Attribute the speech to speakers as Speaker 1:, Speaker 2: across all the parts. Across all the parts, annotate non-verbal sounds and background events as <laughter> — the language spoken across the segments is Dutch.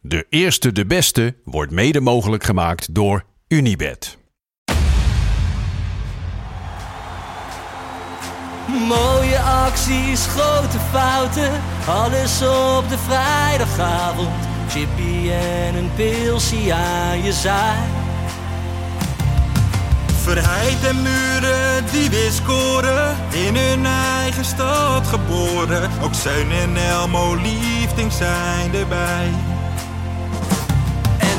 Speaker 1: De eerste, de beste wordt mede mogelijk gemaakt door Unibed.
Speaker 2: Mooie acties, grote fouten, alles op de vrijdagavond. Chippy en een pilsie aan je zaai.
Speaker 3: Verheid en muren die weer scoren, in hun eigen stad geboren. Ook Zijn en Elmo liefding zijn erbij.
Speaker 2: En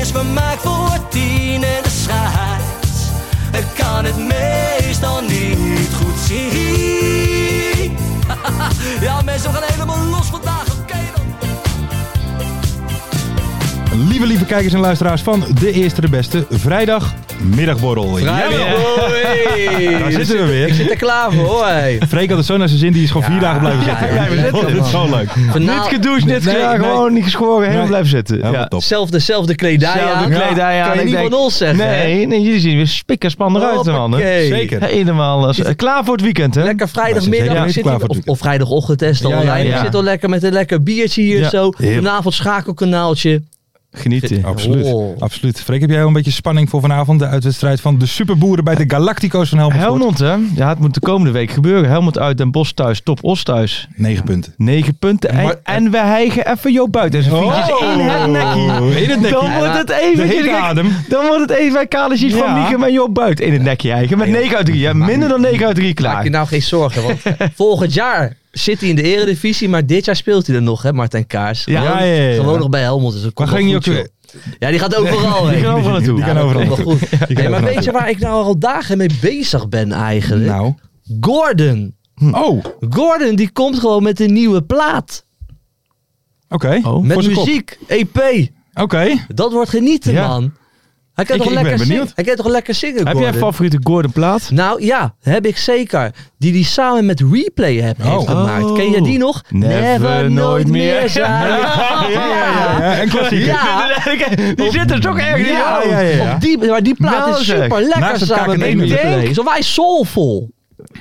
Speaker 2: is vermaakt voor tien en de scheids. Ik kan het meestal niet goed zien. <laughs> ja mensen, we gaan helemaal los vandaag, oké dan.
Speaker 4: Lieve, lieve kijkers en luisteraars van De Eerste de Beste Vrijdagmiddagborrel. Jawel. Daar zitten we weer.
Speaker 5: Ik zit er klaar voor, hoor. Hey.
Speaker 4: Freek had het zo naar zijn zin, die is gewoon vier dagen blijven zitten. Ja, dit is zo leuk.
Speaker 5: Vanavond-
Speaker 6: gedoucht, net
Speaker 4: Nee,
Speaker 6: gedaan,
Speaker 4: nee.
Speaker 6: gewoon niet geschoren, helemaal
Speaker 4: Nee.
Speaker 6: blijven zitten.
Speaker 4: Ja,
Speaker 6: Ja.
Speaker 4: wat top.
Speaker 5: Zelfde, zelfde kledij
Speaker 6: Zelfde
Speaker 5: aan.
Speaker 6: kledij aan.
Speaker 5: Kan je
Speaker 6: ik
Speaker 5: niet
Speaker 6: denk,
Speaker 5: van ons zeggen. hè?
Speaker 6: Nee, nee, jullie zien weer spik en span eruit, man.
Speaker 5: Hoppakee.
Speaker 4: Zeker.
Speaker 6: Helemaal als, eh, klaar voor het weekend, hè?
Speaker 5: Lekker vrijdagmiddag.
Speaker 4: Ja,
Speaker 5: ik
Speaker 4: ik
Speaker 5: zit
Speaker 4: klaar
Speaker 5: hier-
Speaker 4: voor het
Speaker 5: of,
Speaker 4: weekend.
Speaker 5: of vrijdagochtend, hè, Stan.
Speaker 4: Ja, ja,
Speaker 5: Lijn.
Speaker 6: ja.
Speaker 5: Ik zit al lekker met een lekker biertje hier
Speaker 6: Ja.
Speaker 5: zo.
Speaker 6: Heerlijk.
Speaker 5: Vanavond schakelkanaaltje.
Speaker 6: Genieten.
Speaker 4: Absoluut,
Speaker 5: Oh.
Speaker 4: absoluut. Freek, heb jij al een beetje spanning voor vanavond? De uitwedstrijd van de superboeren bij de Galactico's van Helmond Sport.
Speaker 6: Helmond, hè? Ja, het moet de komende week gebeuren. Helmond uit Den Bosch thuis, top Os thuis.
Speaker 4: 9 punten.
Speaker 6: Negen punten. En,
Speaker 4: Maar- Oh.
Speaker 6: en we hijgen even Joop buiten. En zijn vriendjes in het nekkie.
Speaker 4: In het nekkie.
Speaker 6: Dan wordt het
Speaker 4: De
Speaker 6: even...
Speaker 4: hete adem.
Speaker 6: Dan wordt het even bij Kale Schiet van
Speaker 4: Ja.
Speaker 6: Mieke en Joop buiten. In het nekje eigen. Met 9 uit 3. Ja, minder dan 9 uit 3
Speaker 5: Maak je
Speaker 6: klaar.
Speaker 5: nou geen zorgen.
Speaker 6: <laughs>
Speaker 5: Want volgend jaar zit hij in de eredivisie. Maar dit jaar speelt hij er nog, hè, Martijn Kaars.
Speaker 6: Ja,
Speaker 5: Gewoon-
Speaker 6: ja, ja, ja.
Speaker 5: Gewoon nog bij Helmond. Dus dat komt
Speaker 4: Waar ging
Speaker 5: wel
Speaker 4: je
Speaker 5: goed,
Speaker 4: ook
Speaker 5: joh. Ja, die gaat overal
Speaker 6: Die
Speaker 5: heen.
Speaker 6: gaan overal naartoe.
Speaker 4: Die
Speaker 5: Ja,
Speaker 4: kan
Speaker 5: dat
Speaker 4: overal
Speaker 5: komt wel
Speaker 4: naartoe.
Speaker 5: goed.
Speaker 4: kan
Speaker 5: Hey, maar
Speaker 4: overal
Speaker 5: weet je waar ik nou al dagen mee bezig ben eigenlijk?
Speaker 4: Nou.
Speaker 5: Gordon.
Speaker 4: Oh, oké.
Speaker 5: Gordon die komt gewoon met een nieuwe plaat.
Speaker 4: Voor
Speaker 5: Oh. Met
Speaker 4: zijn kop.
Speaker 5: muziek, EP.
Speaker 4: Oké.
Speaker 5: Dat wordt genieten,
Speaker 6: Ja.
Speaker 5: man. Hij kan
Speaker 6: Ik-
Speaker 5: toch
Speaker 6: ik ben
Speaker 5: lekker
Speaker 6: benieuwd.
Speaker 5: zingen. Hij kan toch lekker zingen,
Speaker 6: Heb jij
Speaker 5: Gordon?
Speaker 6: een favoriete Gordon plaat?
Speaker 5: Nou ja, heb ik zeker. Die die samen met Replay heb, heeft
Speaker 4: Oh.
Speaker 5: gemaakt. Ken je die nog?
Speaker 6: Never, nooit
Speaker 4: <laughs>
Speaker 6: meer
Speaker 5: zijn.
Speaker 6: Ja, ja, ja,
Speaker 4: Ja, en klassieker.
Speaker 5: Ja.
Speaker 6: <laughs> Die zit er toch erg in.
Speaker 4: Ja, ja, ja, ja.
Speaker 5: Op die, maar die plaat
Speaker 6: Nou,
Speaker 5: is
Speaker 6: zeg.
Speaker 5: super lekker
Speaker 4: Naast het
Speaker 5: samen met
Speaker 4: KKD nummer.
Speaker 5: Replay. Zo wij soulvol.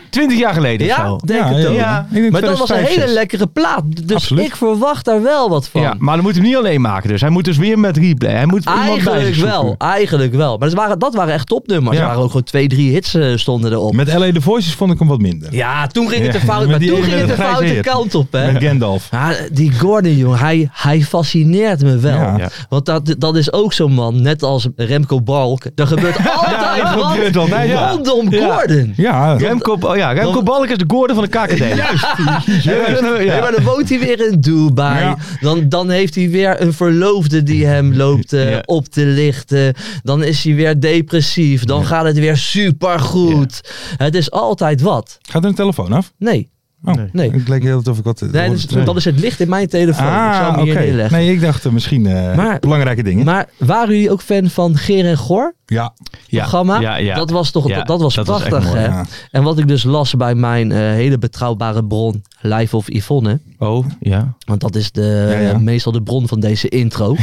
Speaker 6: 20 jaar geleden of
Speaker 5: Ja,
Speaker 6: zo.
Speaker 5: denk
Speaker 4: Ja,
Speaker 5: het
Speaker 4: ja,
Speaker 5: ook.
Speaker 4: ja. Ik denk
Speaker 5: Maar dat was een
Speaker 4: 2005,
Speaker 5: hele
Speaker 4: zes.
Speaker 5: lekkere plaat. Dus
Speaker 4: Absoluut.
Speaker 5: ik verwacht daar wel wat van.
Speaker 6: Ja, maar dan moet hij hem niet alleen maken dus. Hij moet dus weer met replay. Hij moet iemand bij
Speaker 5: Eigenlijk
Speaker 6: zich
Speaker 5: wel,
Speaker 6: zoeken.
Speaker 5: eigenlijk wel. Maar dat waren, dat waren echt topnummers.
Speaker 4: Ja.
Speaker 5: Er waren ook gewoon twee, drie hits eh, stonden erop.
Speaker 4: Met LA The Voices vond ik hem wat minder.
Speaker 5: Ja, toen ging het de
Speaker 4: Ja,
Speaker 5: fout,
Speaker 4: met
Speaker 5: maar
Speaker 4: die
Speaker 5: toen
Speaker 4: ene
Speaker 5: ging
Speaker 4: met
Speaker 5: het de
Speaker 4: de grijze
Speaker 5: foute
Speaker 4: hit.
Speaker 5: kant op, hè?
Speaker 4: Met Gandalf.
Speaker 5: Ja, die Gordon, jong, hij, hij fascineert me wel.
Speaker 4: Ja.
Speaker 5: Want dat, dat is ook zo'n man, net als Remco Balk. Er
Speaker 4: <laughs>
Speaker 5: gebeurt altijd
Speaker 6: er
Speaker 5: wat
Speaker 6: gebeurt altijd wat.
Speaker 5: rondom
Speaker 6: Ja.
Speaker 5: Gordon.
Speaker 4: Ja,
Speaker 6: Remco, oh ja, Remco
Speaker 5: Dan-
Speaker 6: Balk is de Gordon van de KKD. Juist.
Speaker 5: Nee, maar dan woont hij weer in Dubai.
Speaker 4: Ja.
Speaker 5: Dan, dan heeft hij weer een verloofde die hem loopt eh,
Speaker 6: Ja.
Speaker 5: op te lichten. Dan is hij weer depressief. Dan gaat het weer supergoed. Het is altijd wat.
Speaker 4: Gaat er een telefoon af?
Speaker 5: Nee.
Speaker 4: Oh,
Speaker 5: Nee.
Speaker 4: Het leek heel of ik wat...
Speaker 5: nee, dat is, dat is het licht in mijn telefoon. ik zal
Speaker 4: Ah,
Speaker 5: hem
Speaker 4: oké.
Speaker 5: hier neerleggen.
Speaker 4: Nee, ik dacht eh, misschien eh,
Speaker 5: Maar-
Speaker 4: belangrijke dingen.
Speaker 5: Maar waren jullie ook fan van Ger en Gor?
Speaker 4: ja.
Speaker 5: programma. Dat was toch
Speaker 6: Ja,
Speaker 5: dat, dat was
Speaker 6: dat was echt
Speaker 5: prachtig.
Speaker 6: mooi,
Speaker 5: hè?
Speaker 4: ja.
Speaker 5: En wat ik dus las bij mijn eh, hele betrouwbare bron, Live of Yvonne.
Speaker 6: Oh, ja.
Speaker 5: Want dat is de, eh,
Speaker 4: Ja, ja.
Speaker 5: meestal de bron van deze
Speaker 6: <laughs>
Speaker 5: intro.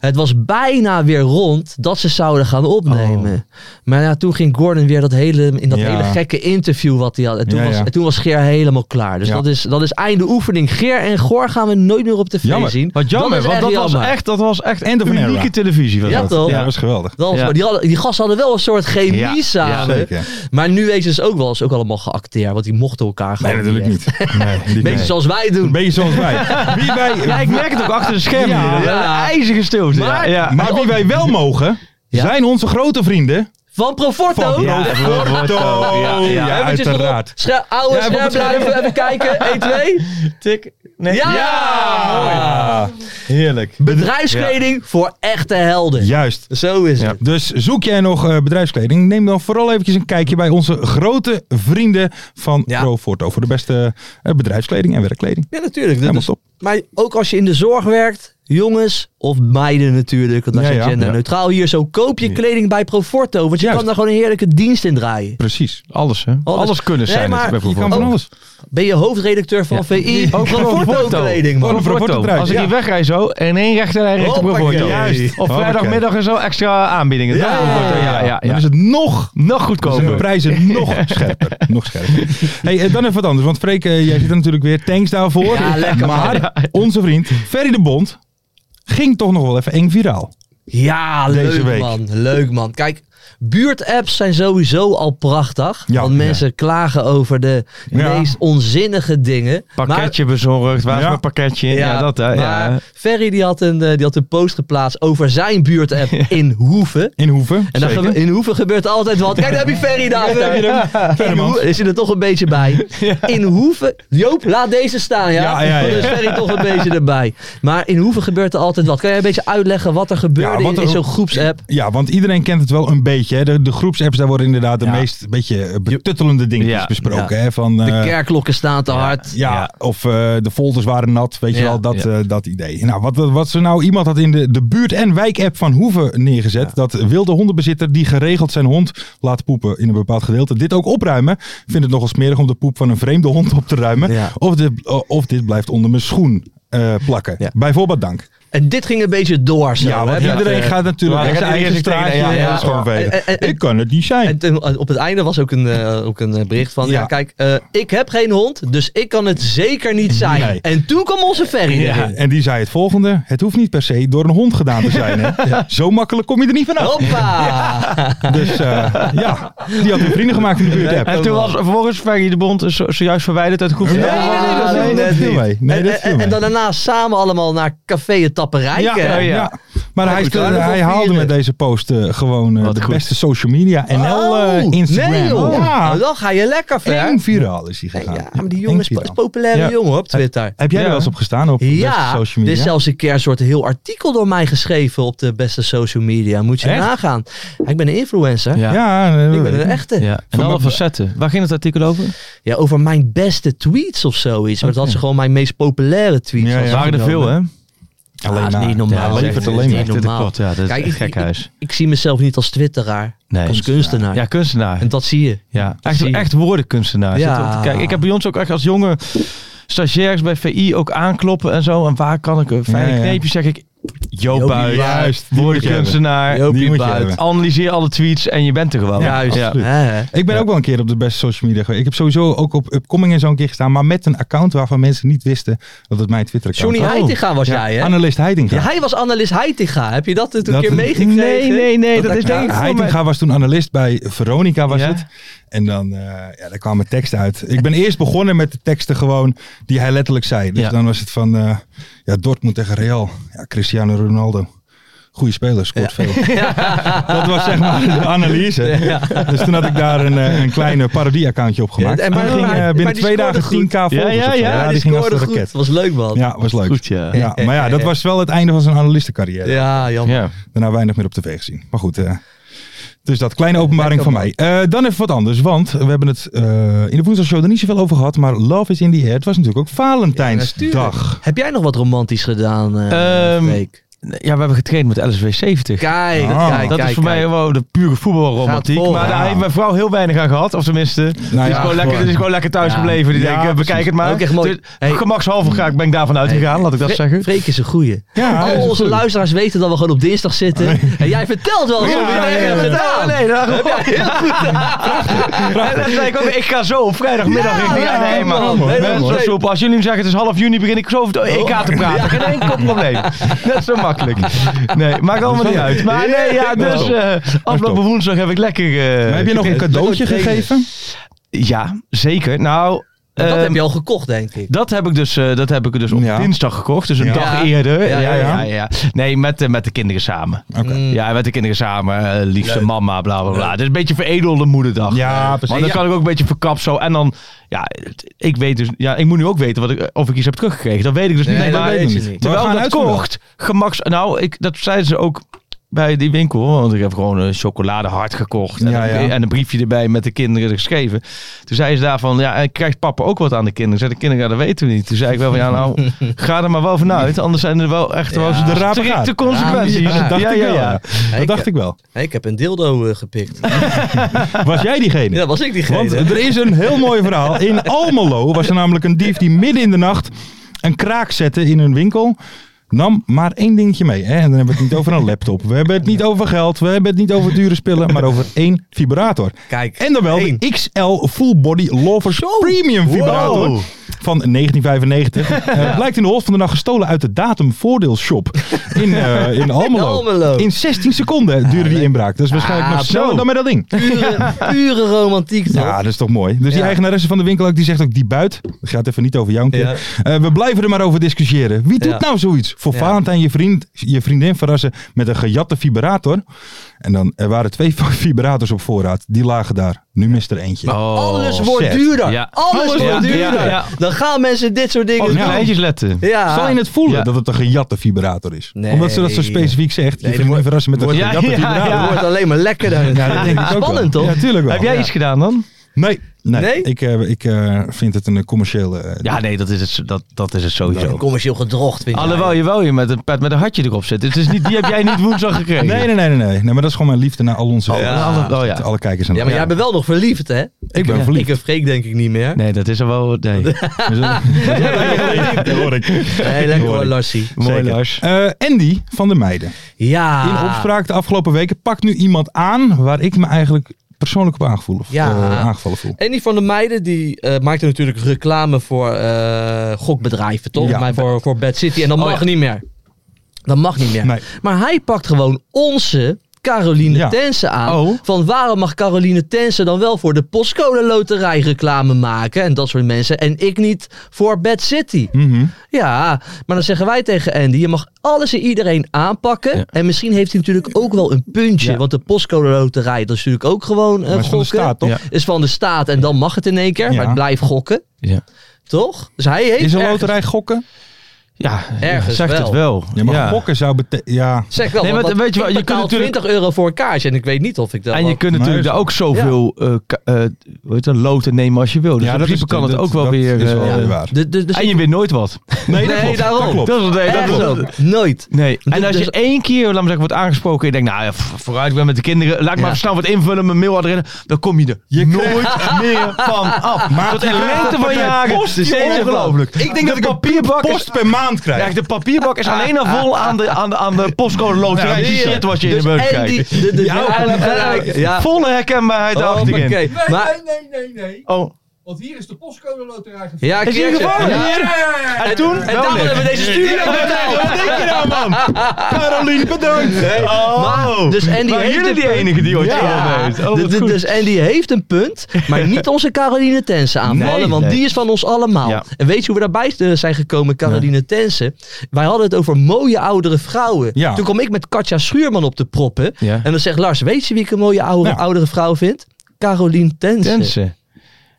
Speaker 5: het was bijna weer rond dat ze zouden gaan opnemen.
Speaker 6: Oh.
Speaker 5: Maar ja, toen ging Gordon weer dat hele, in dat
Speaker 4: Ja.
Speaker 5: hele gekke interview wat hij had. En toen,
Speaker 4: Ja,
Speaker 5: was,
Speaker 4: ja.
Speaker 5: en toen was Geer helemaal klaar. Dus
Speaker 4: Ja.
Speaker 5: dat, is, dat is einde oefening. Geer en Goor gaan we nooit meer op tv
Speaker 4: Jammer.
Speaker 5: zien.
Speaker 6: Wat jammer,
Speaker 5: is
Speaker 6: want dat was,
Speaker 5: jammer.
Speaker 6: echt, dat was echt
Speaker 4: End of an
Speaker 6: unieke
Speaker 4: era.
Speaker 6: televisie. Was
Speaker 5: Ja,
Speaker 6: dat.
Speaker 5: toch?
Speaker 4: Ja, dat is geweldig.
Speaker 5: Dat was-
Speaker 6: Ja.
Speaker 5: maar die, hadden- die gasten hadden wel een soort chemie
Speaker 6: Ja, ja,
Speaker 5: samen.
Speaker 4: Zeker.
Speaker 5: Maar nu weten ze dus ook wel eens ook allemaal geacteerd. Want die mochten elkaar gewoon
Speaker 4: Nee, natuurlijk
Speaker 5: echt.
Speaker 4: niet. Nee, die-
Speaker 5: Beetje
Speaker 4: nee.
Speaker 5: zoals wij doen.
Speaker 4: Een beetje zoals wij. Wie wij
Speaker 6: Ja, ik merk het ook achter de schermen.
Speaker 5: Ja.
Speaker 6: hier. Dat-
Speaker 5: Ja.
Speaker 6: Een ijzige stilte. ja,
Speaker 5: Maar-
Speaker 6: ja.
Speaker 4: maar wie wij wel mogen,
Speaker 5: Ja.
Speaker 4: zijn onze grote vrienden.
Speaker 5: Van Proforto.
Speaker 4: Van
Speaker 5: Ja.
Speaker 4: Proforto. Porto.
Speaker 6: Ja, ja.
Speaker 4: Ja,
Speaker 5: Eventjes erop.
Speaker 4: uiteraard.
Speaker 5: Scherp- oude
Speaker 4: Ja,
Speaker 5: scherm
Speaker 4: want-
Speaker 5: blijven, even
Speaker 4: <laughs>
Speaker 5: kijken. 1, 2.
Speaker 6: Tik. Nee.
Speaker 5: Ja!
Speaker 4: Ah, heerlijk.
Speaker 5: Bedrijfskleding voor echte helden.
Speaker 4: Juist.
Speaker 5: Zo is het.
Speaker 4: Dus zoek jij nog eh, bedrijfskleding? Neem dan vooral eventjes een kijkje bij onze grote vrienden van
Speaker 5: Ja.
Speaker 4: Proforto. Voor de beste eh, bedrijfskleding en werkkleding.
Speaker 5: Ja, natuurlijk. Dat
Speaker 4: Helemaal
Speaker 5: is-
Speaker 4: top.
Speaker 5: maar ook als je in de zorg werkt, jongens of meiden natuurlijk, want dat
Speaker 4: Ja,
Speaker 5: is
Speaker 4: ja,
Speaker 5: genderneutraal hier zo, koop je kleding bij Proforto, want je
Speaker 4: Juist.
Speaker 5: kan daar gewoon een heerlijke dienst in draaien.
Speaker 4: Precies.
Speaker 6: Alles, hè? Alles, kunnen
Speaker 5: Nee,
Speaker 6: zijn
Speaker 5: maar
Speaker 6: het, bij Oh,
Speaker 4: Je kan
Speaker 6: voetbal.
Speaker 4: van alles.
Speaker 5: Ben je hoofdredacteur
Speaker 6: <laughs>
Speaker 5: van VI?
Speaker 6: Ook van
Speaker 5: Proforto
Speaker 6: Proforto.
Speaker 5: kleding, man.
Speaker 4: Van
Speaker 6: Voor
Speaker 4: Proforto
Speaker 6: Porto.
Speaker 4: eruit,
Speaker 6: Als ik
Speaker 4: ja.
Speaker 6: hier wegrij zo, en één rechter en rechter
Speaker 5: Hoppakee.
Speaker 6: Proforto.
Speaker 5: Juist.
Speaker 6: Of
Speaker 4: Hoppakee.
Speaker 6: vrijdagmiddag en zo extra aanbiedingen.
Speaker 5: Ja.
Speaker 6: Ja, ja, ja.
Speaker 4: Dan is het nog
Speaker 6: nog
Speaker 4: Dan zijn de
Speaker 6: goedkoper. <laughs>
Speaker 4: prijzen nog scherper. Nog scherper. Hey, eh, dan even wat anders. Want Freek, eh, jij zit er natuurlijk weer. Thanks daarvoor.
Speaker 5: Ja, lekker, man.
Speaker 4: maar onze vriend Ferry de Bond ging toch nog wel even eng viraal.
Speaker 5: Ja,
Speaker 4: Deze
Speaker 5: leuk
Speaker 4: week.
Speaker 5: man. Leuk man. Kijk, buurtapps zijn sowieso al prachtig.
Speaker 4: Ja.
Speaker 5: want mensen klagen over de
Speaker 4: Ja.
Speaker 5: meest onzinnige dingen.
Speaker 6: Pakketje bezorgd, waar is
Speaker 4: Ja.
Speaker 6: mijn pakketje? Ja, dat hè.
Speaker 5: maar
Speaker 6: Ja.
Speaker 5: Ferry die had, een, eh, die had een post geplaatst over zijn
Speaker 6: <laughs>
Speaker 5: buurtapp in Hoeven.
Speaker 4: In Hoeven.
Speaker 5: En dan
Speaker 4: Zeker.
Speaker 5: gebe- in Hoeven gebeurt altijd wat. Kijk, daar heb je Ferry daar. Daar heb je hem. In
Speaker 4: Verdermans.
Speaker 5: Hoeven- er zit er toch een beetje
Speaker 4: <laughs>
Speaker 5: bij. In Hoeven. Joop, laat deze staan. Ja?
Speaker 4: Ja, ja, ja.
Speaker 5: Dan is Ferry toch een beetje erbij. Maar in Hoeven gebeurt er altijd wat. Kan jij een beetje uitleggen wat er gebeurde
Speaker 4: wat
Speaker 5: in-
Speaker 4: er-
Speaker 5: in zo'n groepsapp?
Speaker 4: Ja, want iedereen kent het wel een beetje. Hè. De, de groepsapps, daar worden inderdaad de meest beetje eh, betuttelende dingetjes
Speaker 6: Ja,
Speaker 4: besproken. Hè, van, eh,
Speaker 5: De kerkklokken staan te hard.
Speaker 4: ja, of eh, de folders waren nat, weet je
Speaker 5: Ja,
Speaker 4: wel, dat,
Speaker 6: ja.
Speaker 4: eh, dat idee. Nou, wat, wat ze nou, iemand had in de, de buurt- en wijk-app van Hoeven neergezet, dat wilde hondenbezitter die geregeld zijn hond laat poepen in een bepaald gedeelte, dit ook opruimen. Vindt het nogal smerig om de poep van een vreemde hond op te ruimen.
Speaker 5: Ja.
Speaker 4: Of, dit, eh, of dit blijft onder mijn schoen eh, plakken.
Speaker 6: Ja.
Speaker 4: Bijvoorbeeld dank.
Speaker 5: En dit ging een beetje door. Zo,
Speaker 4: Ja, want
Speaker 5: hè?
Speaker 4: iedereen
Speaker 5: Dat, eh,
Speaker 4: gaat natuurlijk
Speaker 6: Ja,
Speaker 4: naar zijn
Speaker 6: iedereen
Speaker 4: eigen
Speaker 6: zegt
Speaker 4: straatje
Speaker 6: tegen- ja,
Speaker 5: ja,
Speaker 4: en
Speaker 5: ja.
Speaker 4: schoonvegen.
Speaker 5: En- en- en-
Speaker 4: Ik kan het niet zijn.
Speaker 5: En toen- eh, op het einde was ook een, eh, ook een eh, bericht van... Ja,
Speaker 4: Ja.
Speaker 5: kijk, eh, ik heb geen hond, dus ik kan het zeker niet zijn.
Speaker 4: Nee.
Speaker 5: En toen kwam onze ferry
Speaker 4: Ja,
Speaker 5: erin.
Speaker 4: eh, En die zei het volgende. Het hoeft niet per se door een hond gedaan te zijn. Hè? Zo makkelijk kom je er niet vanaf.
Speaker 5: Hoppa!
Speaker 4: Dus eh, ja, die had weer vrienden gemaakt in de buurt app.
Speaker 6: En toen was vervolgens Ferry de Bond zo- zojuist verwijderd uit de groep.
Speaker 4: Nee, nee, nee, dat,
Speaker 5: nee,
Speaker 4: viel- dat
Speaker 5: net
Speaker 4: viel
Speaker 5: niet.
Speaker 4: mee. Nee,
Speaker 5: en,
Speaker 4: dat viel
Speaker 5: en- en
Speaker 4: mee.
Speaker 5: dan daarna samen allemaal naar Café het Tapperij.
Speaker 4: Ja, ja,
Speaker 5: hè?
Speaker 4: ja. Maar
Speaker 5: oh, Ja,
Speaker 4: hij,
Speaker 5: goed,
Speaker 4: stel-
Speaker 5: daar
Speaker 4: hij
Speaker 5: nog
Speaker 4: haalde
Speaker 5: vieren.
Speaker 4: met deze post eh, gewoon eh,
Speaker 6: Wat
Speaker 4: de
Speaker 6: goed.
Speaker 4: beste social media NL
Speaker 5: Oh,
Speaker 4: eh, Instagram.
Speaker 5: Nee joh, Nou,
Speaker 4: Ja,
Speaker 5: dan ga je lekker ver.
Speaker 4: eng viraal is hij
Speaker 5: Nee,
Speaker 4: gegaan.
Speaker 5: ja, maar die jongen is,
Speaker 4: Eng
Speaker 5: is
Speaker 4: viraal.
Speaker 5: populaire
Speaker 6: Ja.
Speaker 5: jongen op Twitter.
Speaker 4: Heb jij er
Speaker 6: Ja.
Speaker 4: wel eens op gestaan op de beste
Speaker 5: Ja,
Speaker 4: social
Speaker 5: er is
Speaker 4: media?
Speaker 5: zelfs een keer een soort heel artikel door mij geschreven op de beste social media. Moet je
Speaker 6: Echt?
Speaker 5: nagaan. Ja, Ik ben een influencer.
Speaker 6: Ja.
Speaker 4: Ja, eh,
Speaker 5: Ik ben een echte.
Speaker 6: Ja. En alle facetten. Waar ging het artikel over?
Speaker 5: Ja, over mijn beste tweets of zoiets. Maar dat had ze gewoon mijn meest populaire tweets.
Speaker 4: Ja,
Speaker 5: had
Speaker 4: ja.
Speaker 6: Er
Speaker 5: ze
Speaker 6: waren er
Speaker 5: genomen.
Speaker 6: veel, hè?
Speaker 4: alleen
Speaker 5: Ja, is
Speaker 4: maar.
Speaker 5: niet normaal.
Speaker 4: Ja,
Speaker 5: Dat is
Speaker 4: levert
Speaker 5: echt-
Speaker 4: alleen
Speaker 5: dat
Speaker 4: maar.
Speaker 5: is niet normaal.
Speaker 6: Ja, dat is
Speaker 5: Kijk,
Speaker 6: echt
Speaker 5: ik-
Speaker 6: gek huis.
Speaker 5: Ik zie mezelf niet als twitteraar.
Speaker 6: Nee.
Speaker 5: Als kunstenaar.
Speaker 6: Ja, kunstenaar.
Speaker 5: En dat zie je.
Speaker 6: Ja,
Speaker 5: Dat
Speaker 6: echt,
Speaker 5: zie je.
Speaker 6: echt woordenkunstenaar.
Speaker 5: Ja.
Speaker 6: Zitten we te kijken. Ik heb bij ons ook echt als jonge stagiairs bij VI ook aankloppen en zo. En waar kan ik een fijne
Speaker 4: Ja, ja.
Speaker 6: kneepje zeg ik... Joop
Speaker 4: Jopie
Speaker 6: uit,
Speaker 4: Buit, die moet je
Speaker 6: woordenkunstenaar.
Speaker 4: Die moet je hebben.
Speaker 6: Analyseer alle tweets en je bent er gewoon.
Speaker 5: Juist.
Speaker 6: Ja.
Speaker 5: Hè, hè.
Speaker 4: Ik ben ook wel een keer op de beste social media geweest. Ik heb sowieso ook op Upcoming en zo een keer gestaan. Maar met een account waarvan mensen niet wisten dat het mijn Twitter account
Speaker 5: Johnny
Speaker 4: was. Oh.
Speaker 5: Heitinga was jij, hè?
Speaker 4: Analist Heitinga.
Speaker 5: Ja, hij was analist Heitinga. Heb je dat toen een
Speaker 4: Dat-
Speaker 5: keer meegekregen?
Speaker 6: Nee, nee, nee. Dat, is
Speaker 4: Ja,
Speaker 6: denk ik voor mij...
Speaker 4: Heitinga was toen analist bij Veronica was
Speaker 6: Ja.
Speaker 4: het. En dan eh, ja, daar kwamen teksten uit. Ik ben eerst begonnen met de teksten gewoon die hij letterlijk zei. Dus
Speaker 6: Ja.
Speaker 4: dan was het van eh ja, Dortmund tegen Real. Ja, Cristiano Ronaldo. Goeie speler, scoort veel. Dat was zeg maar de analyse. Dus toen had ik daar een, eh, een kleine parodie-accountje op gemaakt.
Speaker 5: Ja,
Speaker 4: En
Speaker 5: maar-
Speaker 4: maar, ging eh,
Speaker 5: maar- maar
Speaker 4: binnen
Speaker 5: die
Speaker 4: twee
Speaker 5: scoorde
Speaker 4: dagen 10k
Speaker 5: goed.
Speaker 4: volgers.
Speaker 6: Ja, ja,
Speaker 4: of zo.
Speaker 6: ja,
Speaker 4: ja,
Speaker 5: Ja,
Speaker 4: die ging als een
Speaker 5: scoorde
Speaker 4: raket.
Speaker 5: goed. was leuk, man. Ja,
Speaker 4: Ja, was leuk.
Speaker 6: Goed, ja.
Speaker 4: Ja, maar ja, dat was wel het einde van zijn analistencarrière.
Speaker 5: Jan.
Speaker 6: Ja.
Speaker 4: Daarna nou weinig meer op tv gezien. Maar goed, eh, dus dat. Kleine openbaring van mij. Eh, dan even wat anders, want we hebben het eh, in de woensdagshow er niet zoveel over gehad. Maar Love is in the air. Het was natuurlijk ook
Speaker 5: Ja,
Speaker 4: Valentijnsdag.
Speaker 5: natuurlijk. Heb jij nog wat romantisch gedaan eh
Speaker 6: Ehm,
Speaker 5: week?
Speaker 6: ja, we hebben getraind met LSW 70.
Speaker 5: Kijk,
Speaker 4: Ah,
Speaker 5: kijk,
Speaker 6: dat
Speaker 5: kijk,
Speaker 6: is voor mij
Speaker 5: kijk.
Speaker 6: gewoon de pure voetbalromantiek.
Speaker 5: Gaat vol,
Speaker 6: maar daar
Speaker 5: ja.
Speaker 6: heeft mijn vrouw heel weinig aan gehad. Of tenminste, die, is
Speaker 4: Nou ja,
Speaker 6: gewoon lekker, die is gewoon lekker thuis
Speaker 5: Ja.
Speaker 6: gebleven. Die
Speaker 4: Ja,
Speaker 6: denkt, eh, bekijk
Speaker 4: precies.
Speaker 6: het maar.
Speaker 5: Ook echt mooi.
Speaker 6: Dus
Speaker 5: Hey.
Speaker 6: Gemakshalve ga ik, ben ik daarvan uitgegaan, laat ik dat
Speaker 5: Fre-
Speaker 6: zeggen.
Speaker 5: Freek is een goeie.
Speaker 4: Ja,
Speaker 5: Al
Speaker 4: dat is
Speaker 5: Oh, onze
Speaker 4: goed.
Speaker 5: luisteraars weten dat we gewoon op dinsdag zitten. En jij vertelt wel zo
Speaker 4: Ja,
Speaker 5: weer.
Speaker 4: ja,
Speaker 5: Nee,
Speaker 4: ja,
Speaker 5: dat
Speaker 4: ja.
Speaker 5: gedaan.
Speaker 6: Nee, dat <laughs> heb En dat zei ik ook, ik ga zo op vrijdagmiddag. ik denk,
Speaker 4: ja,
Speaker 6: nee, maar,
Speaker 4: man.
Speaker 6: nee,
Speaker 4: Nee,
Speaker 6: dat is
Speaker 4: man.
Speaker 6: zo soepel. Als jullie nu zeggen, het is half juni, begin ik zo over de EK te praten. Geen enkel
Speaker 4: <laughs>
Speaker 6: probleem. Net zo makkelijk. Nee, maakt allemaal niet uit. Maar nee, ja, dus eh, afgelopen
Speaker 4: top.
Speaker 6: woensdag heb ik lekker... eh,
Speaker 4: Maar heb je nog een
Speaker 6: getraind.
Speaker 4: cadeautje gegeven?
Speaker 6: Ja, zeker. Nou...
Speaker 5: Dat
Speaker 6: ehm,
Speaker 5: heb je al gekocht, denk ik.
Speaker 6: Dat heb ik dus, eh, dat heb ik dus op
Speaker 4: Ja.
Speaker 6: dinsdag gekocht, dus een
Speaker 4: Ja.
Speaker 6: dag
Speaker 5: Ja.
Speaker 6: eerder.
Speaker 5: Ja, ja,
Speaker 4: ja.
Speaker 6: Nee, met, eh, met de kinderen samen.
Speaker 5: Mm.
Speaker 6: Ja, met de kinderen samen. eh, liefste mama, bla bla bla. Het is een beetje veredelde moederdag.
Speaker 4: Ja,
Speaker 6: Want dan
Speaker 4: precies.
Speaker 6: kan ik ook een beetje verkap zo. En dan, ja, het- ik weet dus, ja, ik moet nu ook weten wat ik, of ik iets heb teruggekregen. Dat weet ik dus
Speaker 5: Nee,
Speaker 6: niet.
Speaker 5: dat
Speaker 6: maar
Speaker 5: weet je
Speaker 4: ik
Speaker 5: niet.
Speaker 4: We
Speaker 6: terwijl
Speaker 4: gaan
Speaker 6: ik dat
Speaker 4: uitzoeken.
Speaker 6: kocht, gemaks, nou, ik, dat zeiden ze ook bij die winkel. hoor, Want ik heb gewoon een chocoladehart gekocht. En,
Speaker 4: Ja,
Speaker 6: een,
Speaker 4: ja.
Speaker 6: en een briefje erbij met de kinderen geschreven. Toen zei ze daarvan, ja, en krijgt papa ook wat aan de kinderen? Zei de kinderen, ja, dat weten we niet. Toen zei ik wel van,
Speaker 4: <laughs>
Speaker 6: ja, nou, ga er maar wel vanuit. Anders zijn er wel echt wel
Speaker 5: Ja.
Speaker 6: de
Speaker 4: De rapen gaat.
Speaker 6: strikte consequenties.
Speaker 4: Ja, dat dacht
Speaker 6: ja,
Speaker 4: ik
Speaker 6: ja,
Speaker 4: wel.
Speaker 6: ja.
Speaker 5: Ja,
Speaker 4: Dat dacht ik wel.
Speaker 5: ik heb een dildo eh,
Speaker 6: <laughs>
Speaker 5: gepikt.
Speaker 4: Was jij diegene?
Speaker 5: Ja, dat was ik diegene.
Speaker 4: Want er is een heel mooi verhaal. In Almelo was er namelijk een dief die midden in de nacht een kraak zette in een winkel. Nam maar één dingetje mee. Hè? En dan hebben we het niet over een laptop. We hebben het niet over geld. We hebben het niet over dure spullen. Maar over één vibrator.
Speaker 5: Kijk.
Speaker 4: En dan wel
Speaker 5: één.
Speaker 4: de XL Full Body Lovers Premium vibrator.
Speaker 6: Wow.
Speaker 4: Van 1995. Eh, blijkt in de hols van de nacht gestolen uit de datumvoordeelshop. In, eh, in Almelo.
Speaker 5: In Almelo.
Speaker 4: 16 seconden duurde die inbraak. Dat is waarschijnlijk
Speaker 5: Ah,
Speaker 4: nog sneller
Speaker 5: zo.
Speaker 4: dan met dat ding. <laughs>
Speaker 5: Pure, pure romantiek, toch?
Speaker 4: Ja, dat is toch mooi. Dus die
Speaker 5: Ja.
Speaker 4: eigenaresse van de winkel ook, die zegt ook die buit. Dat gaat even niet over jou een keer. Eh, we blijven er maar over discussiëren. Wie doet
Speaker 5: Ja.
Speaker 4: nou zoiets? Voor
Speaker 5: Ja.
Speaker 4: Valentijn je, vriend, je vriendin verrassen met een gejatte vibrator. En dan, er waren twee <laughs> vibrators op voorraad. Die lagen daar. Nu mist er eentje.
Speaker 6: Oh.
Speaker 5: Alles wordt
Speaker 4: oh, shit.
Speaker 5: duurder.
Speaker 6: Ja.
Speaker 5: Alles
Speaker 6: Ja,
Speaker 5: wordt
Speaker 6: ja,
Speaker 5: duurder.
Speaker 6: ja.
Speaker 5: Dan gaan mensen dit soort dingen
Speaker 6: Op de
Speaker 5: doen.
Speaker 6: kleintjes letten.
Speaker 5: Ja.
Speaker 4: Oh, nou, Zal je het voelen
Speaker 6: Ja.
Speaker 4: dat het een gejatte vibrator is?
Speaker 5: Nee.
Speaker 4: Omdat ze dat zo specifiek zegt.
Speaker 5: Nee,
Speaker 4: je vriendin
Speaker 5: dat
Speaker 4: verrassen met een
Speaker 6: wordt- Ja,
Speaker 4: gejatte
Speaker 6: ja,
Speaker 4: vibrator.
Speaker 5: Nou, Het wordt alleen maar lekkerder.
Speaker 4: Ja, dat denk ik ook wel.
Speaker 5: Spannend, toch?
Speaker 4: Ja, tuurlijk wel.
Speaker 6: Heb jij
Speaker 4: Ja.
Speaker 6: iets gedaan dan?
Speaker 4: Nee, nee.
Speaker 5: Nee?
Speaker 4: ik, eh, ik eh, vind het een commerciële... eh,
Speaker 6: Ja, nee, dat is het, dat, dat is het sowieso.
Speaker 5: Een Nou, commercieel gedrocht, vind ik.
Speaker 6: Alhoewel je wel je met een pet met een hartje erop zit. Het is
Speaker 4: <laughs>
Speaker 6: niet, die heb jij niet woensdag gekregen.
Speaker 4: Nee, nee, nee, nee, nee. Nee, maar dat is gewoon mijn liefde naar al onze
Speaker 6: ja.
Speaker 5: Ah,
Speaker 4: alle,
Speaker 6: Oh, ja.
Speaker 4: alle kijkers en
Speaker 5: Ja, maar jij bent wel nog verliefd, hè?
Speaker 4: Ik ben verliefd.
Speaker 5: Ik heb Freek denk ik niet meer.
Speaker 6: Nee, dat is er wel.
Speaker 5: <laughs>
Speaker 6: Nee.
Speaker 4: Dat hoor ik.
Speaker 5: Nee, lekker hoor, Larsie.
Speaker 6: Mooi
Speaker 4: Zeker.
Speaker 6: Lars.
Speaker 4: Eh, Andy van de Meiden.
Speaker 5: Ja.
Speaker 4: In opspraak de afgelopen weken pakt nu iemand aan waar ik me eigenlijk persoonlijk op aangevallen,
Speaker 5: Ja.
Speaker 4: eh, aangevallen voel.
Speaker 5: En die van de meiden, die eh, maakte natuurlijk reclame voor eh, gokbedrijven, toch?
Speaker 4: Ja. Oh.
Speaker 5: Maar voor, voor Bad City. En dat mag niet meer. Dat mag niet meer.
Speaker 4: Nee.
Speaker 5: Maar hij pakt gewoon onze Caroline
Speaker 4: Ja.
Speaker 5: Tense aan.
Speaker 6: Oh.
Speaker 5: Van waarom mag Caroline Tense dan wel voor de postcode loterij reclame maken en dat soort mensen. En ik niet voor Bad City.
Speaker 4: Mhm.
Speaker 5: Ja, maar dan zeggen wij tegen Andy, je mag alles en iedereen aanpakken. En misschien heeft hij natuurlijk ook wel een puntje.
Speaker 4: Ja.
Speaker 5: Want de postcode loterij, dat is natuurlijk ook gewoon eh,
Speaker 4: Maar is
Speaker 5: gokken
Speaker 4: van de staat, toch?
Speaker 6: Ja.
Speaker 5: is van de staat en dan mag het in één keer.
Speaker 4: Ja.
Speaker 5: Maar het blijft gokken.
Speaker 6: Ja.
Speaker 5: Toch? Dus hij heeft
Speaker 4: Is een
Speaker 5: ergens-
Speaker 4: loterij gokken?
Speaker 6: Ja,
Speaker 5: Ergens
Speaker 6: zegt
Speaker 5: wel.
Speaker 6: het wel.
Speaker 4: Ja, maar
Speaker 6: Ja.
Speaker 4: gokken zou betekenen... Ja.
Speaker 5: Zeg wel,
Speaker 6: Nee,
Speaker 5: want
Speaker 6: maar
Speaker 5: dat-
Speaker 6: weet je wel,
Speaker 5: ik
Speaker 6: je kunt
Speaker 5: betaal
Speaker 6: natuurlijk-
Speaker 5: 20 euro voor een kaartje en ik weet niet of ik dat...
Speaker 6: En je
Speaker 5: ook-
Speaker 6: kunt natuurlijk daar ook zoveel eh, ka- eh, hoe heet dat, loten nemen als je wil. Dus
Speaker 4: Ja,
Speaker 6: in
Speaker 4: dat
Speaker 6: principe
Speaker 4: is-
Speaker 6: kan het
Speaker 4: dat-
Speaker 6: ook wel
Speaker 4: dat
Speaker 6: weer.
Speaker 4: is
Speaker 6: eh,
Speaker 4: wel weer waar.
Speaker 5: De- de- dus
Speaker 6: en je
Speaker 5: ik-
Speaker 6: wint nooit wat.
Speaker 4: Nee,
Speaker 5: Nee,
Speaker 4: klopt,
Speaker 5: daarom.
Speaker 4: klopt.
Speaker 6: Dat is, nee, dat
Speaker 5: Echt
Speaker 6: is-
Speaker 5: zo. Nooit.
Speaker 6: Nee.
Speaker 5: Dus-
Speaker 6: En als je
Speaker 5: dus-
Speaker 6: één keer, laat me zeggen, wordt aangesproken. En je denkt, nou ja, f- vooruit, ik ben met de kinderen. Laat ik
Speaker 5: Ja.
Speaker 6: maar snel wat invullen, mijn mailadres. Dan kom je er
Speaker 4: <laughs>
Speaker 6: nooit meer van af. Maar Tot in lengte van jaren.
Speaker 4: Post,
Speaker 6: Het is
Speaker 4: joh,
Speaker 6: ongelooflijk. Ik denk dat ik een papierbak is
Speaker 4: Post per maand
Speaker 6: Ja,
Speaker 4: krijgt.
Speaker 6: de papierbak is alleen al vol aan de, aan de,
Speaker 5: <laughs>
Speaker 6: aan de postcode loterij.
Speaker 4: Ja,
Speaker 6: die
Speaker 4: die-
Speaker 6: shit wat je in de
Speaker 5: Dus
Speaker 6: beuk
Speaker 5: en die-
Speaker 6: krijgt.
Speaker 5: de- de- de- ja, ja.
Speaker 6: Volle herkenbaarheid
Speaker 5: Oh,
Speaker 6: achterin.
Speaker 5: oké. Maar-
Speaker 7: nee, nee, nee, nee.
Speaker 6: Oh,
Speaker 7: Want hier is de postcode loterij gevoerd.
Speaker 5: Ja,
Speaker 6: is hier
Speaker 5: Kirsten.
Speaker 6: gevallen?
Speaker 5: Ja.
Speaker 6: En, toen?
Speaker 5: En daarom hebben we deze studio
Speaker 6: Wat denk je nou,
Speaker 5: <laughs>
Speaker 6: man? Caroline, bedankt. Oh.
Speaker 5: Maar, dus Andy
Speaker 6: Waren
Speaker 5: heeft
Speaker 6: jullie
Speaker 5: een
Speaker 6: die
Speaker 5: punt.
Speaker 6: enige die ooit gewonnen heeft? Oh, wat
Speaker 5: dus,
Speaker 6: goed.
Speaker 5: dus Andy heeft een punt,
Speaker 6: <laughs>
Speaker 5: maar niet onze Caroline Tense aanvallen,
Speaker 6: Nee,
Speaker 5: want
Speaker 6: nee.
Speaker 5: die is van ons allemaal.
Speaker 6: Ja.
Speaker 5: En weet je hoe we daarbij eh, zijn gekomen, Caroline Tense? Wij hadden het over mooie oudere vrouwen.
Speaker 4: Ja.
Speaker 5: Toen kwam ik met Katja Schuurman op de proppen.
Speaker 6: Ja.
Speaker 5: En dan zegt Lars, weet je wie ik een mooie oude,
Speaker 4: Ja.
Speaker 5: oudere vrouw vind? Caroline Tense.
Speaker 6: Tense.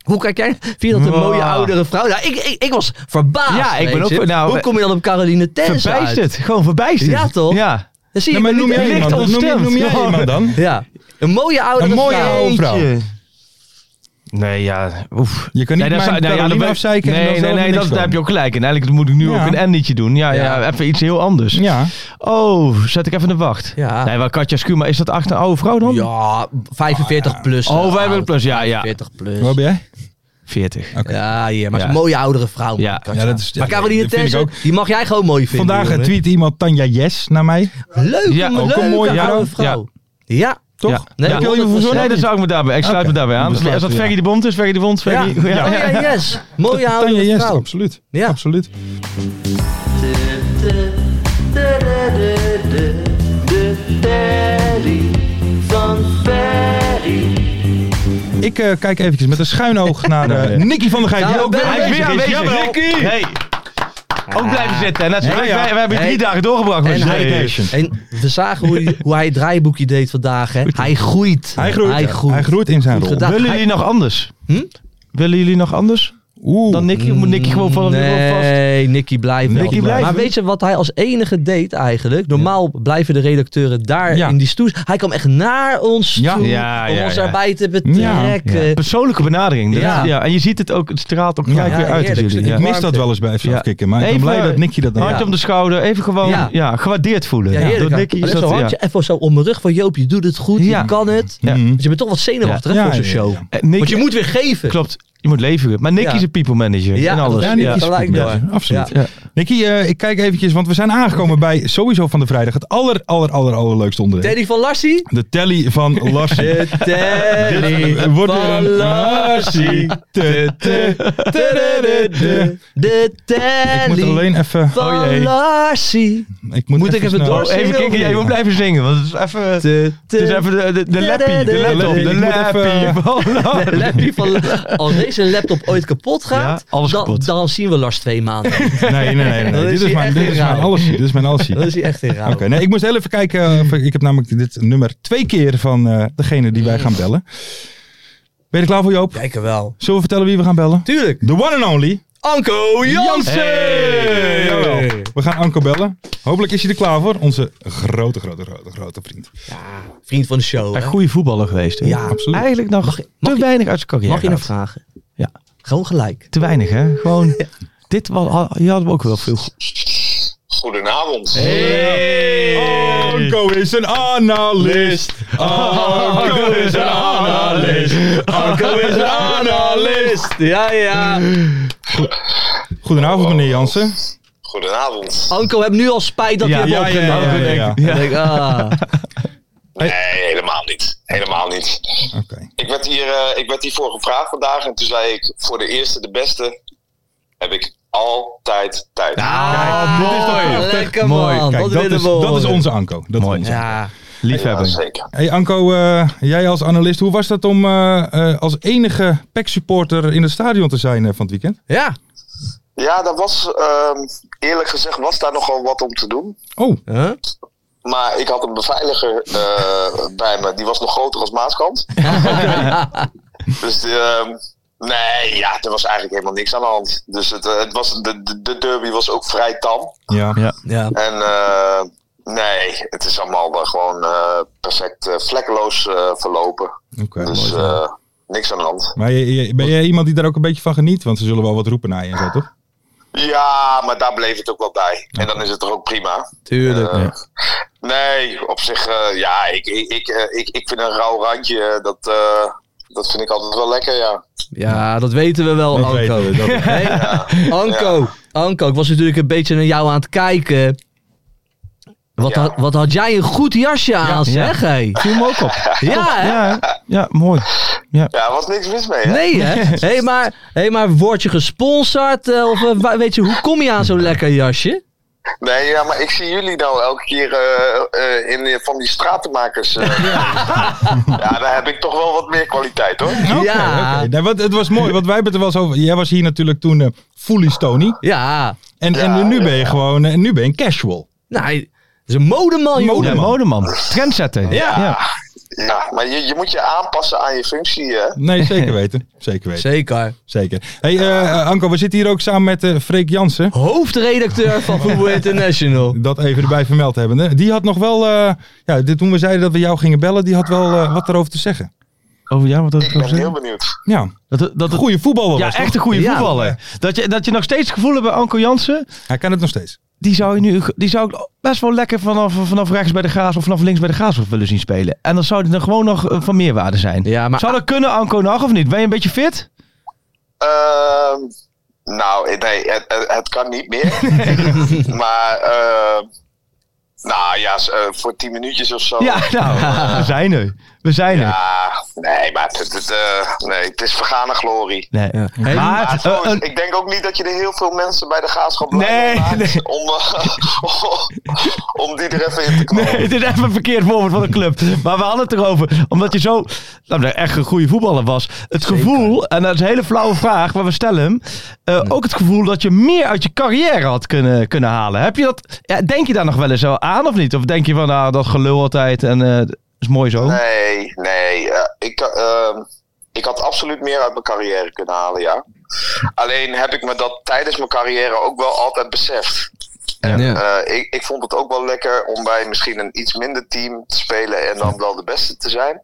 Speaker 5: Hoe kijk jij? Vind je dat een
Speaker 6: Wow.
Speaker 5: mooie oudere vrouw? Nou, ik, ik, ik was verbaasd.
Speaker 6: Ja, ik ben
Speaker 5: weet
Speaker 6: ook-
Speaker 5: je.
Speaker 6: nou,
Speaker 5: Hoe kom je dan op Caroline Tense uit?
Speaker 6: Verbijsterd. Gewoon verbijsterd.
Speaker 5: Ja, toch?
Speaker 6: Ja.
Speaker 5: Dan zie
Speaker 4: Ja,
Speaker 5: je
Speaker 4: maar
Speaker 5: me
Speaker 4: noem
Speaker 5: niet-
Speaker 4: jij
Speaker 6: licht
Speaker 4: iemand, noem,
Speaker 6: ontstemd.
Speaker 5: <laughs>
Speaker 4: noem jij iemand dan?
Speaker 5: Ja. Een mooie oudere
Speaker 4: Een mooie
Speaker 5: vrouw.
Speaker 4: oude vrouw.
Speaker 6: Eentje. Nee, ja, oef.
Speaker 4: Je kan niet
Speaker 6: nee,
Speaker 4: mijn
Speaker 6: zou-
Speaker 4: Caroline
Speaker 6: dat-
Speaker 4: afzeiken en
Speaker 6: Nee,
Speaker 4: dan
Speaker 6: nee,
Speaker 4: zelf
Speaker 6: nee,
Speaker 4: niks
Speaker 6: dat,
Speaker 4: van.
Speaker 6: daar heb je ook gelijk in. Eigenlijk moet ik nu
Speaker 4: Ja.
Speaker 6: ook een N-liedje doen. Ja, ja.
Speaker 5: Ja.
Speaker 6: even iets heel anders.
Speaker 4: Ja,
Speaker 6: Oh, zet ik even in de wacht.
Speaker 5: Ja.
Speaker 6: Nee, maar Katja Schuurma, is dat achter een oude vrouw dan?
Speaker 5: Ja, 45 plus.
Speaker 6: Oh,
Speaker 5: eh,
Speaker 6: 45 plus, ja, ja.
Speaker 5: 45 plus.
Speaker 4: waar ben jij?
Speaker 6: 40.
Speaker 5: Ja, ja, maar ze is
Speaker 6: Ja.
Speaker 5: een mooie oudere vrouw.
Speaker 6: Ja.
Speaker 5: Katja.
Speaker 4: Ja, dat is-
Speaker 5: maar
Speaker 4: ja,
Speaker 5: Caroline
Speaker 4: dat vind ik
Speaker 5: Tense, die mag jij gewoon mooi vinden.
Speaker 4: Vandaag
Speaker 5: jongen.
Speaker 4: tweet iemand Tanja Yes naar mij.
Speaker 5: Leuk,
Speaker 6: Ja,
Speaker 5: jongen,
Speaker 6: ook een
Speaker 5: leuke
Speaker 6: mooie
Speaker 5: oude
Speaker 6: vrouw.
Speaker 5: vrouw. Ja.
Speaker 4: Toch?
Speaker 6: Ja.
Speaker 5: Nee,
Speaker 6: Ja.
Speaker 4: Wil je me
Speaker 5: 100%.
Speaker 4: verzonnen?
Speaker 6: Nee, dat zou ik me daarbij. Ik sluit
Speaker 4: Oké.
Speaker 6: me daarbij aan.
Speaker 4: Dan besluit
Speaker 6: Als dat
Speaker 4: je, ja.
Speaker 6: Ferry de Bond is, Ferry de Bond, Ferry...
Speaker 5: Ja. Oh, ja, yes. Mooie
Speaker 4: Tanja
Speaker 5: oude
Speaker 4: Yes,
Speaker 5: vrouw.
Speaker 4: absoluut.
Speaker 5: Ja.
Speaker 4: absoluut. Ik eh, kijk eventjes met een schuin oog naar eh, Nicky van der Gijp.
Speaker 5: <laughs> Ja, Nou,
Speaker 4: die ook
Speaker 5: ben-
Speaker 4: weer
Speaker 6: Hij is weer
Speaker 4: aanwezig is.
Speaker 6: aanwezig.
Speaker 4: Jawel.
Speaker 6: Ricky! Hey. Ook
Speaker 5: Ah.
Speaker 6: blijven zitten. hè. Net zoals
Speaker 4: Ja,
Speaker 6: wij-
Speaker 4: ja.
Speaker 6: Wij, wij hebben drie
Speaker 5: Hey.
Speaker 6: dagen doorgebracht met
Speaker 5: En
Speaker 6: z'n
Speaker 5: hij-
Speaker 6: tweeën.
Speaker 5: En we zagen hoe hij, hoe hij het draaiboekje deed vandaag. Hè. Hij groeit.
Speaker 4: Hij groeit,
Speaker 5: Hij
Speaker 4: hij
Speaker 5: groeit.
Speaker 4: groeit. in zijn
Speaker 5: Goed
Speaker 4: rol.
Speaker 5: gedaan.
Speaker 6: Willen
Speaker 5: Hij-
Speaker 6: jullie nog anders?
Speaker 5: Hm?
Speaker 6: Willen jullie nog anders
Speaker 4: Oeh.
Speaker 6: dan Nicky? Moet Nicky gewoon vanaf nu wel vast?
Speaker 5: Nee, Nicky blijft. wel.
Speaker 6: Nicky blijft.
Speaker 5: Maar weet je wat hij als enige deed eigenlijk? Normaal blijven de redacteuren daar
Speaker 4: Ja.
Speaker 5: in die stoes. Hij kwam echt naar ons
Speaker 4: Ja.
Speaker 5: toe
Speaker 6: Ja,
Speaker 5: om
Speaker 6: ja,
Speaker 5: ons
Speaker 6: ja.
Speaker 5: daarbij te betrekken.
Speaker 6: Ja. Persoonlijke benadering. Dat-
Speaker 5: Ja.
Speaker 6: ja. En je ziet het ook, het straalt ook
Speaker 4: Ja,
Speaker 6: gelijk weer
Speaker 5: ja,
Speaker 6: uit. als
Speaker 5: heerlijk.
Speaker 6: jullie.
Speaker 4: Ik
Speaker 6: Ja.
Speaker 4: mis dat wel eens bij
Speaker 6: Ja.
Speaker 4: kicken, maar ik ben
Speaker 6: Even-
Speaker 4: blij dat Nicky dat dan
Speaker 6: Hard
Speaker 4: doet.
Speaker 6: op de schouder, even gewoon
Speaker 5: Ja.
Speaker 6: ja. gewaardeerd voelen.
Speaker 5: Ja, heerlijk.
Speaker 6: Door Nicky is
Speaker 5: Even
Speaker 6: dat,
Speaker 5: zo'n
Speaker 6: ja.
Speaker 5: handje, even zo om mijn rug van Joop, je doet het goed,
Speaker 6: Ja.
Speaker 5: je kan het.
Speaker 6: Ja.
Speaker 4: Mhm.
Speaker 5: Dus je bent toch wat zenuwachtig hè,
Speaker 4: Ja,
Speaker 5: voor zo'n
Speaker 4: ja,
Speaker 5: show.
Speaker 4: ja.
Speaker 6: Eh, Nicky-
Speaker 5: Want je moet weer geven.
Speaker 6: Klopt, je moet leveren. Maar Nicky
Speaker 5: Ja.
Speaker 6: is een people manager
Speaker 5: Ja,
Speaker 6: en alles.
Speaker 5: dat-
Speaker 4: Ja,
Speaker 6: Ja,
Speaker 4: Nicky
Speaker 5: Ja,
Speaker 4: is
Speaker 5: gelijk
Speaker 4: goed
Speaker 5: door.
Speaker 4: bezig. Absoluut.
Speaker 6: Ja.
Speaker 4: Nicky, eh, ik kijk eventjes, want we zijn aangekomen bij sowieso van de vrijdag het aller, aller, aller, allerleukste onderdeel.
Speaker 5: Teddy van Larsie.
Speaker 4: De telly van
Speaker 5: <laughs>
Speaker 4: Larsie.
Speaker 5: De
Speaker 6: <laughs>
Speaker 5: Teddy
Speaker 4: Dit wordt weer
Speaker 5: van
Speaker 4: een
Speaker 6: Ah.
Speaker 5: Larsie.
Speaker 4: Te, te.
Speaker 5: De, de
Speaker 4: Ik moet
Speaker 5: Teddy
Speaker 4: alleen even...
Speaker 5: van
Speaker 6: Oh jee.
Speaker 5: Larsie.
Speaker 4: Ik moet,
Speaker 5: Moet ik even
Speaker 4: snel-
Speaker 5: door?
Speaker 6: Oh, even kijken, jij moet blijven zingen. Want het is even, het is Dus even de, de, de lappie. De laptop.
Speaker 4: Ik
Speaker 6: De
Speaker 4: moet even-
Speaker 6: lappie. van-
Speaker 5: De laptop van, als deze laptop ooit kapot gaat,
Speaker 6: Ja, alles
Speaker 5: dan,
Speaker 6: kapot.
Speaker 5: dan zien we Lars twee maanden.
Speaker 4: Nee, nee, nee. nee,
Speaker 5: Dan is
Speaker 4: Dit
Speaker 5: hij
Speaker 4: is mijn,
Speaker 5: echt
Speaker 4: dit is mijn
Speaker 5: raar.
Speaker 4: Larsie. Dit is mijn Larsie.
Speaker 5: Dan is hij echt in raam.
Speaker 4: Oké, nee, ik moest heel even kijken. eh, Of, ik ik heb namelijk dit nummer twee keer van eh, degene die wij gaan bellen. Ben je er klaar voor, Joop?
Speaker 5: Kijk er wel.
Speaker 4: Zullen we vertellen wie we gaan bellen?
Speaker 5: Tuurlijk.
Speaker 4: The one and only.
Speaker 5: Anko Jansen!
Speaker 4: Oh, Hey, jawel. We gaan Anko bellen. Hopelijk is hij er klaar voor. Onze grote, grote, grote, grote vriend.
Speaker 5: Vriend van de show. hè?
Speaker 6: Een goede voetballer geweest. hè?
Speaker 5: Ja, absoluut.
Speaker 6: Eigenlijk nog
Speaker 5: Mag-
Speaker 6: te
Speaker 5: mag je-
Speaker 6: weinig uit zijn carrière.
Speaker 5: Mag je nog
Speaker 6: gehad.
Speaker 5: vragen?
Speaker 6: Ja.
Speaker 5: Gewoon gelijk.
Speaker 6: Te weinig, hè?
Speaker 5: <laughs>
Speaker 6: Gewoon. Dit was, hier hadden we ook wel veel.
Speaker 8: Goedenavond.
Speaker 4: Anko is een analist. Anko is een analist. Anko
Speaker 5: <laughs>
Speaker 4: is een analist.
Speaker 5: Ja, ja.
Speaker 4: Goedenavond, meneer Jansen.
Speaker 8: Goedenavond.
Speaker 5: Anko heeft nu al spijt dat
Speaker 6: Ja,
Speaker 5: hij hem
Speaker 6: ja,
Speaker 5: opgenomen
Speaker 4: ja, ja,
Speaker 5: heeft.
Speaker 4: ja.
Speaker 5: Ik denk, ah.
Speaker 8: Nee, helemaal niet. Helemaal niet.
Speaker 4: Oké.
Speaker 8: Ik werd, hier, eh, ik werd hiervoor gevraagd vandaag en toen zei ik, voor de eerste de beste heb ik altijd tijd.
Speaker 4: Ah, dit is toch prachtig.
Speaker 5: Lekker
Speaker 6: Mooi.
Speaker 5: man.
Speaker 4: Kijk,
Speaker 5: dat,
Speaker 4: dat is,
Speaker 5: willen we
Speaker 4: dat is
Speaker 5: horen.
Speaker 4: onze Anko. Dat is
Speaker 6: Mooi.
Speaker 4: onze Anko.
Speaker 5: Ja.
Speaker 8: Ja,
Speaker 6: Liefhebber.
Speaker 8: zeker.
Speaker 4: Hey Anko, eh, jij als analist, hoe was dat om eh, eh, als enige PEC supporter in het stadion te zijn eh, van het weekend?
Speaker 5: Ja.
Speaker 8: Ja, daar was, ehm, eerlijk gezegd, was daar nogal wat om te doen.
Speaker 4: Oh,
Speaker 5: Huh?
Speaker 8: Maar ik had een beveiliger eh, bij me, die was nog groter als Maaskant. dus ehm, nee, ja, er was eigenlijk helemaal niks aan de hand. Dus het, eh, het was, de, de, de derby was ook vrij tam.
Speaker 4: ja.
Speaker 5: Ja.
Speaker 8: En eh, nee, het is allemaal wel gewoon eh, perfect eh, vlekkeloos eh, verlopen.
Speaker 4: Oké.
Speaker 8: dus
Speaker 4: mooi.
Speaker 8: eh, niks aan de hand.
Speaker 4: Maar je- je- ben jij iemand die daar ook een beetje van geniet? Want ze zullen wel wat roepen naar je en zo, toch?
Speaker 8: Ja, maar daar bleef het ook wel bij. En dan is het toch ook prima.
Speaker 5: Tuurlijk.
Speaker 8: Eh, nee, op zich, eh, ja, ik, ik, ik, eh, ik, ik vind een rauw randje, eh, dat, eh, dat vind ik altijd wel lekker, ja.
Speaker 5: Ja, dat weten we wel,
Speaker 4: Dat
Speaker 5: Anko.
Speaker 4: weten we, dat-
Speaker 5: <laughs> Hé, Anko, Anko, ik was natuurlijk een beetje naar jou aan het kijken. Wat,
Speaker 8: Ja.
Speaker 5: had, wat had jij een goed jasje aan, zeg hé.
Speaker 6: Viel me ook op.
Speaker 5: Ja, hè?
Speaker 6: Ja, hè? ja, mooi. Ja.
Speaker 8: Ja, er was niks mis mee, hè?
Speaker 5: Nee,
Speaker 8: <laughs>
Speaker 5: hè? Hé, maar, hé, maar word je gesponsord? eh, of eh, wa- weet je, hoe kom je aan zo'n lekker jasje?
Speaker 8: Nee, ja, maar ik zie jullie nou elke keer eh, eh, in, eh, van die stratenmakers. eh. ja, daar heb ik toch wel wat meer kwaliteit, hoor.
Speaker 4: Oké,
Speaker 5: Ja.
Speaker 4: oké. Nee, wat, het was mooi, want wij hebben het er wel eens over. Jij was hier natuurlijk toen eh fully stony.
Speaker 5: Ja,
Speaker 4: En,
Speaker 8: Ja,
Speaker 4: en nu ben je gewoon eh, nu ben je casual.
Speaker 5: nou, hij is een modeman, joh.
Speaker 6: Ja, modeman. Trendsetter.
Speaker 8: Ja. Ja, maar je, je moet je aanpassen aan je functie, eh. hè?
Speaker 4: <laughs> Nee, zeker weten. Zeker weten.
Speaker 5: Zeker.
Speaker 4: Zeker. Hey eh, Anko, we zitten hier ook samen met eh, Freek Jansen.
Speaker 5: Hoofdredacteur van Voetbal
Speaker 4: <laughs>
Speaker 5: International.
Speaker 4: Dat even erbij vermeld hebben. hè. Die had nog wel, eh, ja, dit, toen we zeiden dat we jou gingen bellen, die had wel eh, wat erover te zeggen.
Speaker 6: Over ja, wat dat
Speaker 8: Ik ben heel benieuwd.
Speaker 4: Ja,
Speaker 6: Dat, dat, het-
Speaker 4: goede voetballer
Speaker 6: ja,
Speaker 4: was,
Speaker 6: echt
Speaker 4: toch?
Speaker 6: een goede
Speaker 5: Ja.
Speaker 6: voetballer. Dat je, dat je nog steeds het gevoel hebt bij Anko Jansen.
Speaker 4: Hij kan het nog steeds.
Speaker 6: Die zou, je nu, die zou ik best wel lekker vanaf, vanaf rechts bij de Graas of vanaf links bij de Graas willen zien spelen. En dan zou het dan gewoon nog eh, van meerwaarde zijn.
Speaker 5: Ja, maar
Speaker 6: Zou dat kunnen, Anko, nog of niet? Ben je een beetje fit?
Speaker 8: Ehm, nou, nee, het, het- het kan niet
Speaker 6: <laughs>
Speaker 8: meer. maar, ehm, nou ja, s- eh, voor tien minuutjes of zo.
Speaker 6: Ja, nou,
Speaker 5: <laughs>
Speaker 6: we zijn er. We zijn er.
Speaker 8: Ja, nee, maar het, het- eh, nee, het is vergane glorie.
Speaker 6: Nee.
Speaker 5: Hey,
Speaker 6: Maar,
Speaker 8: Maar
Speaker 6: het-
Speaker 8: trouwens,
Speaker 6: eh, een-
Speaker 8: ik denk ook niet dat je er heel veel mensen bij de gaafschap
Speaker 6: Nee,
Speaker 8: blijven
Speaker 6: nee.
Speaker 8: om, eh, <laughs> om die er even in te
Speaker 6: <laughs>
Speaker 8: komen.
Speaker 6: Nee, het is even een verkeerd voorbeeld van een club. Maar we hadden het erover. Omdat je zo nou, echt een goede voetballer was. Het gevoel, en dat is een hele flauwe vraag, maar we stellen hem. eh, Ook het gevoel dat je meer uit je carrière had kunnen, kunnen halen. Heb je dat, ja, denk je daar nog wel eens wel aan of niet? Of denk je van, nou, dat gelul altijd en eh is mooi zo?
Speaker 8: Nee, nee. eh, ik, ehm, ik had absoluut meer uit mijn carrière kunnen halen, ja. Alleen heb ik me dat tijdens mijn carrière ook wel altijd beseft.
Speaker 5: ja.
Speaker 8: Eh, ik, ik vond het ook wel lekker om bij misschien een iets minder team te spelen en dan wel de beste te zijn.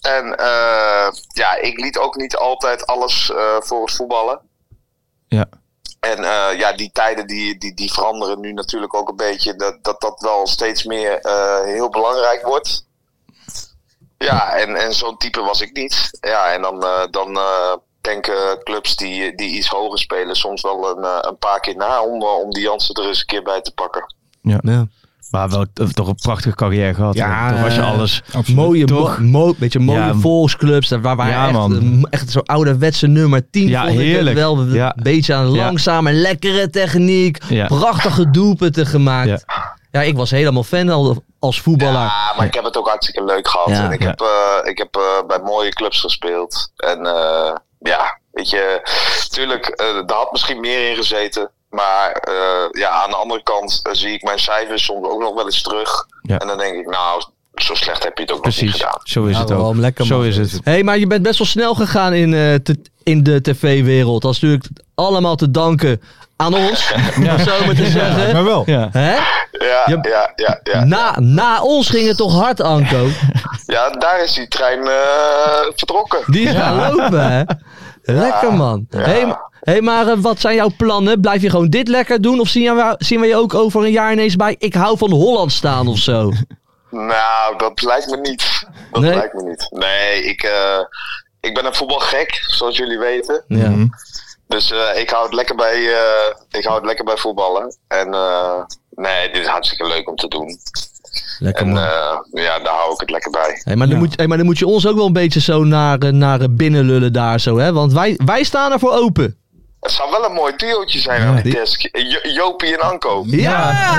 Speaker 8: En eh, ja, ik liet ook niet altijd alles eh, voor het voetballen.
Speaker 6: Ja.
Speaker 8: En eh, ja, die tijden die, die, die veranderen nu natuurlijk ook een beetje. Dat dat, dat wel steeds meer eh, heel belangrijk wordt. Ja, en, en zo'n type was ik niet. Ja, en dan, eh, dan eh, denken clubs die, die iets hoger spelen soms wel een, eh, een paar keer na om, eh, om die Jansen er eens een keer bij te pakken.
Speaker 5: Ja.
Speaker 6: Maar wel eh, toch een prachtige carrière gehad.
Speaker 5: Ja,
Speaker 6: toch was je
Speaker 5: eh,
Speaker 6: alles.
Speaker 5: Mooie,
Speaker 6: Toch?
Speaker 5: mo- mo- beetje mooie
Speaker 6: Ja.
Speaker 5: volksclubs. Daar waar
Speaker 6: Ja,
Speaker 5: waren echt,
Speaker 6: man.
Speaker 5: eh, echt zo'n ouderwetse nummer 10.
Speaker 6: Ja,
Speaker 5: vond ik het
Speaker 6: heerlijk.
Speaker 5: Wel een
Speaker 6: Ja.
Speaker 5: beetje aan
Speaker 6: Ja.
Speaker 5: langzame, lekkere techniek.
Speaker 6: Ja.
Speaker 5: Prachtige doelpunten gemaakt. Ja. ik was helemaal fan al, als voetballer.
Speaker 8: Ja, maar ik heb het ook hartstikke leuk gehad.
Speaker 5: Ja.
Speaker 8: en ik
Speaker 6: Ja.
Speaker 8: heb, eh, ik heb eh, bij mooie clubs gespeeld. En eh, ja, weet je, tuurlijk, eh daar had misschien meer in gezeten. Maar eh, ja, aan de andere kant eh, zie ik mijn cijfers soms ook nog wel eens terug.
Speaker 6: Ja.
Speaker 8: En dan denk ik, nou, zo slecht heb je het ook nog niet
Speaker 6: Precies,
Speaker 8: gedaan.
Speaker 6: zo is
Speaker 5: Ja,
Speaker 6: het ook.
Speaker 5: Nou, waarom? Lekker,
Speaker 6: zo
Speaker 5: man.
Speaker 6: is het.
Speaker 5: Hey, maar je bent best wel snel gegaan in, eh, te- in de tv-wereld. Dat is natuurlijk allemaal te danken aan
Speaker 6: <laughs>
Speaker 5: ons, om het zo maar te zeggen.
Speaker 4: Maar wel.
Speaker 6: Ja.
Speaker 5: Hè?
Speaker 8: Ja,
Speaker 5: Je-
Speaker 8: ja, ja, ja.
Speaker 5: Na, na ons ging het toch hard, Anko?
Speaker 8: ja, daar is die trein eh, vertrokken.
Speaker 5: Die is gaan lopen, hè? Lekker, man. hey, ma- hey, maar eh, wat zijn jouw plannen? Blijf je gewoon dit lekker doen? Of zien we, zien we je ook over een jaar ineens bij Ik hou van Holland staan of zo?
Speaker 8: Nou, dat lijkt me niet. Dat
Speaker 5: Nee?
Speaker 8: lijkt me niet. Nee, ik, eh, ik ben een voetbalgek, zoals jullie weten.
Speaker 5: Ja.
Speaker 8: Dus eh, ik, hou het lekker bij, eh, ik hou het lekker bij voetballen. En eh, nee, dit is hartstikke leuk om te doen.
Speaker 5: Lekker,
Speaker 8: En
Speaker 5: man.
Speaker 8: eh, ja, daar hou ik het lekker bij.
Speaker 5: Hey, maar, dan
Speaker 4: Ja.
Speaker 5: moet, hey, maar dan moet je ons ook wel een beetje zo naar, eh, naar eh, binnen lullen daar zo, hè? Want wij, wij staan ervoor open.
Speaker 8: Het zou wel een mooi duootje zijn aan de desk. Jo- Jopie en Anko.
Speaker 5: Ja!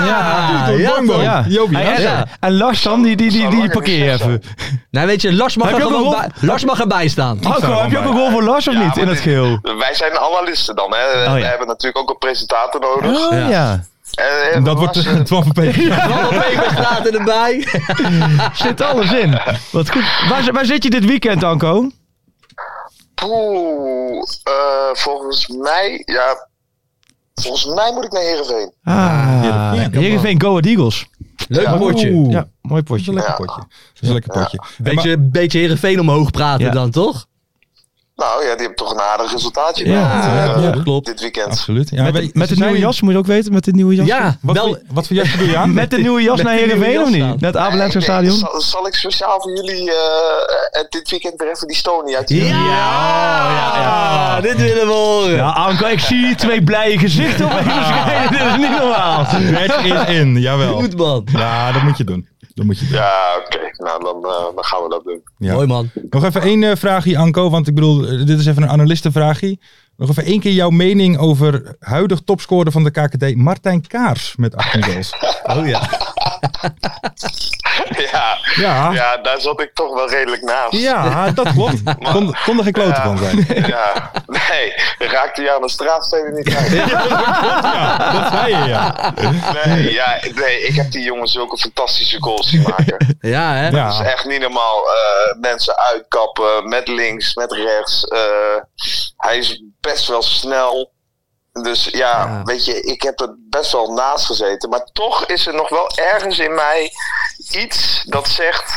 Speaker 5: Ja, toch?
Speaker 6: Ja.
Speaker 5: Jopie,
Speaker 6: Hey,
Speaker 5: ja.
Speaker 6: en, en Lars dan, die, die, die,
Speaker 8: Zou
Speaker 6: die,
Speaker 8: langer
Speaker 6: parkeer
Speaker 8: niet zijn.
Speaker 6: even.
Speaker 5: Nou, weet je, Lars mag,
Speaker 6: Heb
Speaker 5: er
Speaker 6: je ook
Speaker 5: gewoon
Speaker 6: een Oh, rol?
Speaker 5: bij- Lars mag erbij staan.
Speaker 6: Anko, heb je ook een rol voor Lars of niet in
Speaker 8: maar
Speaker 6: het geheel?
Speaker 8: Wij zijn analisten dan. Hè.
Speaker 6: ja.
Speaker 8: We hebben natuurlijk ook een presentator nodig.
Speaker 6: Oh, ja.
Speaker 8: En, eh,
Speaker 4: Dat wordt
Speaker 8: Lars,
Speaker 4: eh, <laughs>
Speaker 8: eh,
Speaker 4: Twan van Peek.
Speaker 5: Allemaal papers staat erbij.
Speaker 6: Zit alles in. Wat goed. Waar, waar zit je dit weekend, Anko?
Speaker 8: poeh, eh, volgens mij, ja, volgens mij moet ik naar Heerenveen.
Speaker 6: Ah, Heerenveen Go Ahead Eagles.
Speaker 5: Leuk
Speaker 8: Ja.
Speaker 5: potje.
Speaker 4: Oeh,
Speaker 6: Ja,
Speaker 4: Dat is
Speaker 6: mooi
Speaker 4: een
Speaker 6: potje.
Speaker 4: lekker
Speaker 8: Ja.
Speaker 4: potje. Dat is een lekker potje. Hey, maar-
Speaker 5: Beetje, beetje Heerenveen omhoog praten
Speaker 6: Ja.
Speaker 5: dan, toch?
Speaker 8: Nou ja, die hebben toch een aardig resultaatje
Speaker 6: Ja,
Speaker 8: behaald, eh,
Speaker 4: ja,
Speaker 5: klopt.
Speaker 8: dit weekend.
Speaker 4: Absoluut. Ja, weet-
Speaker 6: Met, met
Speaker 4: ze
Speaker 6: de
Speaker 4: zijn- Ah,
Speaker 6: nieuwe jas, moet je ook weten, met de nieuwe jas.
Speaker 5: Ja,
Speaker 4: Wat,
Speaker 5: wel,
Speaker 4: voor, wat voor jasje doe je aan?
Speaker 6: Met de nieuwe jas
Speaker 5: Met
Speaker 6: naar
Speaker 5: de nieuwe
Speaker 6: Heerenveen of
Speaker 5: jas
Speaker 6: niet?
Speaker 5: aan.
Speaker 6: Naar het Abelense
Speaker 8: Nee,
Speaker 6: Stadion.
Speaker 8: eh, Zal, zal ik speciaal voor jullie eh, eh, dit weekend weer even die Stony uit die-
Speaker 6: ja, ja.
Speaker 5: dit willen we horen.
Speaker 6: <laughs> Ja, Anko, ik zie twee blije gezichten op
Speaker 4: <laughs>
Speaker 6: verschijnen. Dit is niet normaal.
Speaker 4: Wedge is in, jawel.
Speaker 5: Goed man.
Speaker 4: Ja, dat moet je doen. Dat moet je doen.
Speaker 8: Ja, oké. Nou, dan, eh, dan gaan we dat doen. <laughs>
Speaker 4: Ja.
Speaker 5: Mooi man.
Speaker 4: Nog even één eh, vraagje, Anko. Want ik bedoel, eh, dit is even een analistenvraagje. Nog even één keer jouw mening over huidig topscorer van de KKD, Martijn Kaars, met 18
Speaker 6: <laughs>
Speaker 4: goals.
Speaker 5: Oh ja.
Speaker 8: ja,
Speaker 4: Ja, ja.
Speaker 8: ja, daar zat ik toch wel redelijk naast.
Speaker 4: dat klopt. Kon, kon er geen klote
Speaker 8: Ja.
Speaker 4: van zijn.
Speaker 8: Ja, nee, raakte je aan de straatstenen niet uit.
Speaker 4: Dat zei je, ja.
Speaker 8: Nee, ja, nee, ik heb die jongens zulke fantastische goals zien maken.
Speaker 5: Ja, hè?
Speaker 8: Dat is
Speaker 4: ja.
Speaker 8: echt niet normaal. Eh, mensen uitkappen, met links, met rechts. Eh, hij is best wel snel. Dus ja,
Speaker 5: Ja.
Speaker 8: weet je, ik heb er best wel naast gezeten. Maar toch is er nog wel ergens in mij iets dat zegt...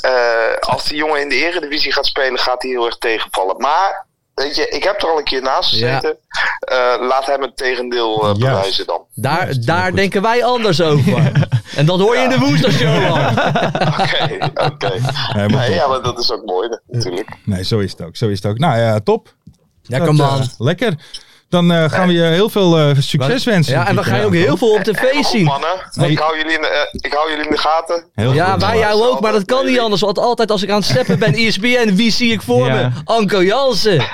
Speaker 8: eh, als die jongen in de eredivisie gaat spelen, gaat hij heel erg tegenvallen. Maar, weet je, ik heb er al een keer naast
Speaker 5: Ja.
Speaker 8: gezeten. Eh, laat hem het tegendeel eh,
Speaker 4: Juist.
Speaker 8: bewijzen dan. <laughs>
Speaker 5: Daar, daar denken wij anders over. En dat hoor je in de woensdagshow al.
Speaker 8: Oké, oké.
Speaker 4: maar
Speaker 8: Nee,
Speaker 4: toch.
Speaker 8: Ja, maar dat is ook mooi, natuurlijk.
Speaker 4: Nee, zo is het ook. Zo is het ook. Nou ja, top.
Speaker 5: Lekker
Speaker 4: Dat, eh,
Speaker 5: man.
Speaker 4: lekker. Dan eh, gaan we je heel veel eh, succes wensen.
Speaker 5: Ja, en dan ga je ook heel veel op tv
Speaker 8: Goed,
Speaker 6: Oh,
Speaker 5: zien.
Speaker 8: mannen.
Speaker 4: Nee.
Speaker 8: Ik, hou jullie in de, eh, ik hou jullie in de gaten.
Speaker 4: Heel
Speaker 5: Ja,
Speaker 4: goed.
Speaker 5: wij jou Nou ook, maar dat kan niet anders. Want altijd als ik aan het steppen ben, E ESPN, wie zie ik voor
Speaker 6: Ja.
Speaker 5: me? Anko Jansen.